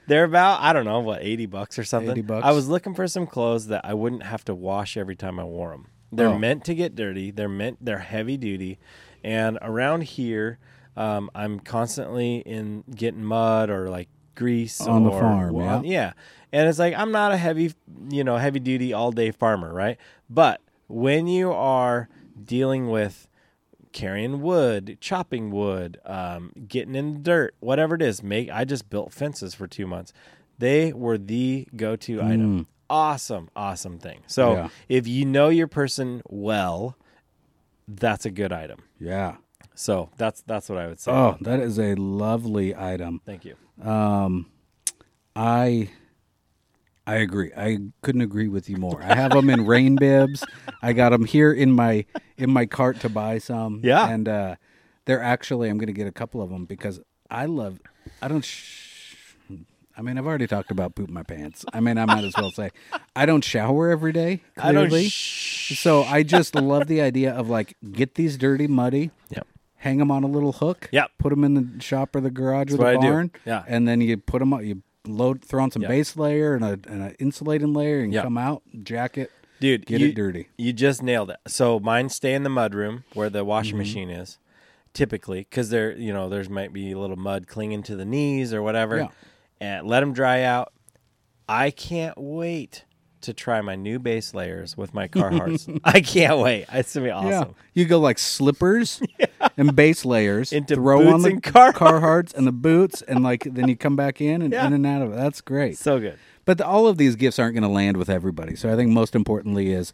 Speaker 2: They're about I don't know what eighty bucks or something.
Speaker 1: 80 bucks.
Speaker 2: I was looking for some clothes that I wouldn't have to wash every time I wore them. They're
Speaker 1: Oh.
Speaker 2: meant to get dirty. They're meant they're heavy duty, and around here, um, I'm constantly in getting mud or like grease
Speaker 1: On the
Speaker 2: or-
Speaker 1: farm,
Speaker 2: well,
Speaker 1: yeah.
Speaker 2: yeah. And it's like I'm not a heavy, you know, heavy duty all day farmer, right? But when you are dealing with carrying wood, chopping wood, um, getting in the dirt, whatever it is, make I just built fences for two months. They were the go-to item. Awesome, awesome thing. So
Speaker 1: Mm. Yeah.
Speaker 2: if you know your person well, that's a good item.
Speaker 1: Yeah.
Speaker 2: So that's that's what I would say.
Speaker 1: Oh, that is a lovely item.
Speaker 2: Thank you.
Speaker 1: I I agree. I couldn't agree with you more. I have them in rain bibs. I got them here in my in my cart to buy some.
Speaker 2: Yeah.
Speaker 1: and uh, they're actually I'm going to get a couple of them because I love. I don't. Sh- I mean, I've already talked about poop my pants. I mean, I might as well say I don't shower every day.
Speaker 2: I don't
Speaker 1: Clearly, so I just love the idea of like get these dirty, muddy,
Speaker 2: Yep.
Speaker 1: hang them on a little hook.
Speaker 2: Yep.
Speaker 1: Put them in the shop or the garage or
Speaker 2: what
Speaker 1: the
Speaker 2: I do.
Speaker 1: barn.
Speaker 2: Yeah.
Speaker 1: And then you put them up. You load, throw on some
Speaker 2: Yeah.
Speaker 1: base layer and a and an insulating layer, and
Speaker 2: Yeah.
Speaker 1: come out, jacket,
Speaker 2: Dude,
Speaker 1: get
Speaker 2: you,
Speaker 1: it dirty.
Speaker 2: You just nailed it. So mine stay in the mud room where the washing
Speaker 1: Mm-hmm.
Speaker 2: machine is, typically, because there, you know, there's might be a little mud clinging to the knees or whatever,
Speaker 1: Yeah.
Speaker 2: and let them dry out. I can't wait to try my new base layers with my Carhartts. I can't wait. It's gonna be awesome.
Speaker 1: You go like slippers and base layers.
Speaker 2: Into
Speaker 1: throw on
Speaker 2: boots
Speaker 1: the
Speaker 2: and Carhartts.
Speaker 1: Carhartts and the boots, and like then you come back in and
Speaker 2: Yeah.
Speaker 1: in and out of it. That's great.
Speaker 2: So good.
Speaker 1: But the, all of these gifts aren't going to land with everybody. So I think most importantly is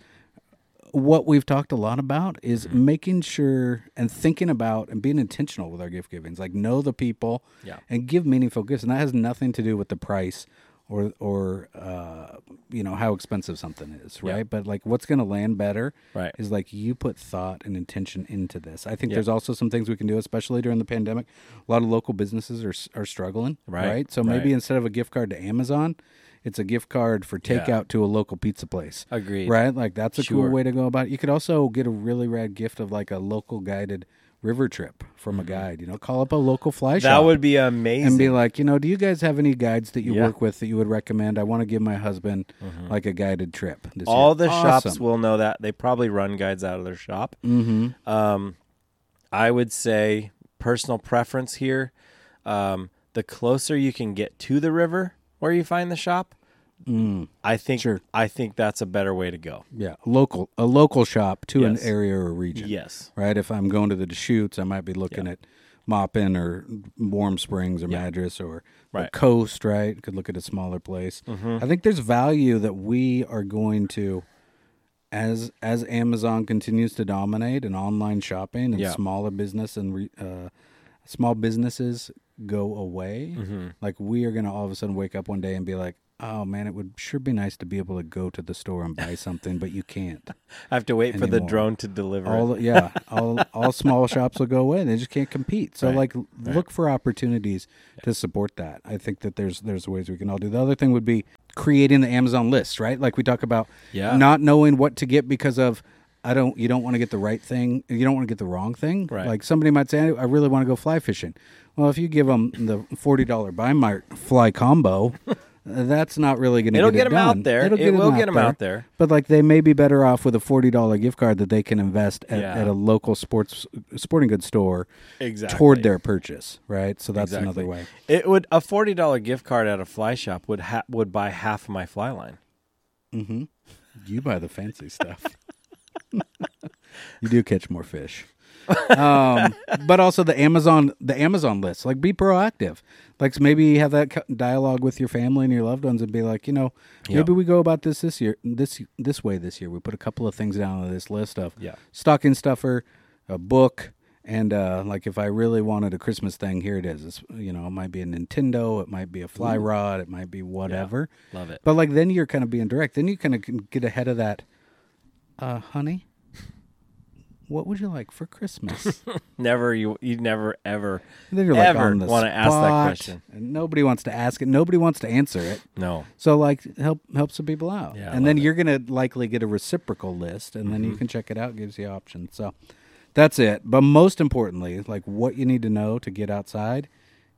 Speaker 1: what we've talked a lot about is
Speaker 2: Mm-hmm.
Speaker 1: making sure and thinking about and being intentional with our gift givings. Like know the people
Speaker 2: Yeah.
Speaker 1: and give meaningful gifts, and that has nothing to do with the price or or uh, you know how expensive something is, right? But like what's going to land better
Speaker 2: Right.
Speaker 1: is like you put thought and intention into this. I think there's also some things we can do, especially during the pandemic. A lot of local businesses are are struggling,
Speaker 2: Right,
Speaker 1: So maybe
Speaker 2: right.
Speaker 1: instead of a gift card to Amazon, it's a gift card for takeout to a local pizza place.
Speaker 2: Agreed.
Speaker 1: Right? Like that's a
Speaker 2: Sure.
Speaker 1: cool way to go about it. You could also get a really rad gift of like a local guided river trip from a guide. You know, call up a local fly shop.
Speaker 2: Mm-hmm. That would be amazing.
Speaker 1: and be like, you know, do you guys have any guides that you
Speaker 2: Yeah. Mm-hmm.
Speaker 1: work with that you would recommend? I want to give my husband like a guided trip. This
Speaker 2: All
Speaker 1: year."
Speaker 2: the shops
Speaker 1: Awesome. Mm-hmm.
Speaker 2: will know that. They probably run guides out of their shop. Um, I would say personal preference here. Um, the closer you can get to the river where you find the shop, I
Speaker 1: Mm.
Speaker 2: think
Speaker 1: Sure.
Speaker 2: I think that's a better way to go.
Speaker 1: yeah, local a local shop to
Speaker 2: Yes.
Speaker 1: an area or region.
Speaker 2: Yes.
Speaker 1: right? If I'm going to the Deschutes, I might be looking at Maupin or Warm Springs or Madras or
Speaker 2: Right. Mm-hmm.
Speaker 1: the coast, right? Could look at a smaller place. I think there's value that we are going to as as Amazon continues to dominate and online shopping and
Speaker 2: Yeah.
Speaker 1: smaller business and re, uh, small businesses go away,
Speaker 2: Mm-hmm.
Speaker 1: like we are going to all of a sudden wake up one day and be like. Oh man, it would sure be nice to be able to go to the store and buy something, but you can't.
Speaker 2: I have to wait for the
Speaker 1: Anymore.
Speaker 2: drone to deliver. it.
Speaker 1: All yeah, all all small shops will go away. They just can't compete. So
Speaker 2: Right,
Speaker 1: like, l- look for opportunities to support that. I think that there's there's ways we can all do. The other thing would be creating the Amazon list, right? Like we talk about,
Speaker 2: Yeah.
Speaker 1: not knowing what to get because of. I don't. You don't want to get the right thing. You don't want to get the wrong thing.
Speaker 2: Right.
Speaker 1: Like somebody might say, "I really want to go fly fishing." Well, if you give them the forty dollar buy mart fly combo, that's not really going to
Speaker 2: It'll
Speaker 1: get,
Speaker 2: get
Speaker 1: it
Speaker 2: 'em out
Speaker 1: done.
Speaker 2: there.
Speaker 1: It'll
Speaker 2: It will get 'em out there.
Speaker 1: but like they may be better off with a forty dollar gift card that they can invest at,
Speaker 2: Yeah.
Speaker 1: at a local sports sporting goods store
Speaker 2: Exactly.
Speaker 1: toward their purchase, right? So that's another way.
Speaker 2: It would a forty dollar gift card at a fly shop would ha- would buy half of my fly line.
Speaker 1: You buy the fancy stuff. you do catch more fish. um, but also the Amazon, the Amazon list. Like, be proactive. Like, maybe have that co- dialogue with your family and your loved ones, and be like, you know,
Speaker 2: Yeah.
Speaker 1: maybe we go about this this year, this this way this year. We put a couple of things down on this list of
Speaker 2: Yeah.
Speaker 1: stocking stuffer, a book, and uh, like if I really wanted a Christmas thing, here it is. It's, you know, it might be a Nintendo, it might be a fly rod, it might be whatever.
Speaker 2: Love it.
Speaker 1: But like then you're kind of being direct. Then you kind of can get ahead of that. Uh, honey, what would you like for Christmas? and
Speaker 2: Never you you never ever
Speaker 1: then you're
Speaker 2: Ever
Speaker 1: on the
Speaker 2: wanna ask that
Speaker 1: spot,
Speaker 2: question.
Speaker 1: And nobody wants to ask it. Nobody wants to answer it.
Speaker 2: no
Speaker 1: So like help help some people out.
Speaker 2: Yeah, I
Speaker 1: and then
Speaker 2: love Mm-hmm.
Speaker 1: you're gonna likely get a reciprocal list and then you can check it out, gives you options. So that's it. But most importantly, like what you need to know to get outside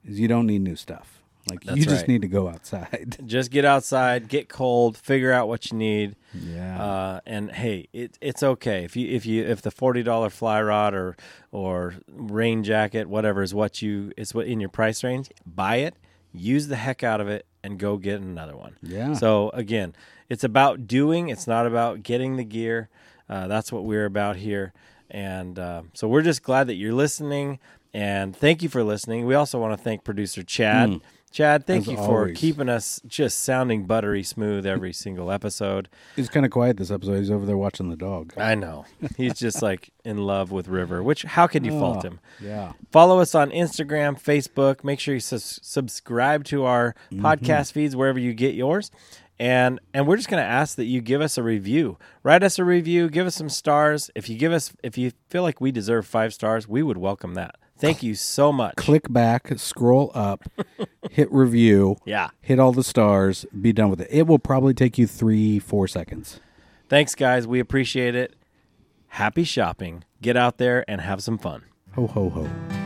Speaker 1: is you don't need new stuff. Like
Speaker 2: That's
Speaker 1: you just
Speaker 2: right.
Speaker 1: need to go outside.
Speaker 2: just get outside, get cold, figure out what you need.
Speaker 1: Yeah.
Speaker 2: Uh, and hey, it, it's okay if you if you if the forty dollar fly rod or or rain jacket, whatever is what you is what in your price range, buy it, use the heck out of it, and go get another one.
Speaker 1: Yeah.
Speaker 2: So again, it's about doing. It's not about getting the gear. Uh, that's what we're about here. And uh, so
Speaker 1: Mm.
Speaker 2: we're just glad that you're listening. And thank you for listening. We also want to thank producer Chad Chad, thank
Speaker 1: As
Speaker 2: you for
Speaker 1: always.
Speaker 2: keeping us just sounding buttery smooth every single episode.
Speaker 1: He's kind of quiet this episode. He's over there watching the dog.
Speaker 2: I know. Ah. He's just like in love with River, which how could you fault him?
Speaker 1: Yeah.
Speaker 2: Follow us on Instagram, Facebook. Make sure you sus- subscribe to our podcast feeds wherever you get yours. And and we're just going to ask that you give us a review. Write us a review, give us some stars. If you give us if you feel like we deserve 5 stars, we would welcome that. Thank you so much.
Speaker 1: Click back, scroll up, hit review,
Speaker 2: Yeah.
Speaker 1: hit all the stars, be done with it. It will probably take you three, four seconds.
Speaker 2: Thanks guys, we appreciate it. Happy shopping. Get out there and have some fun.
Speaker 1: Ho, ho, ho.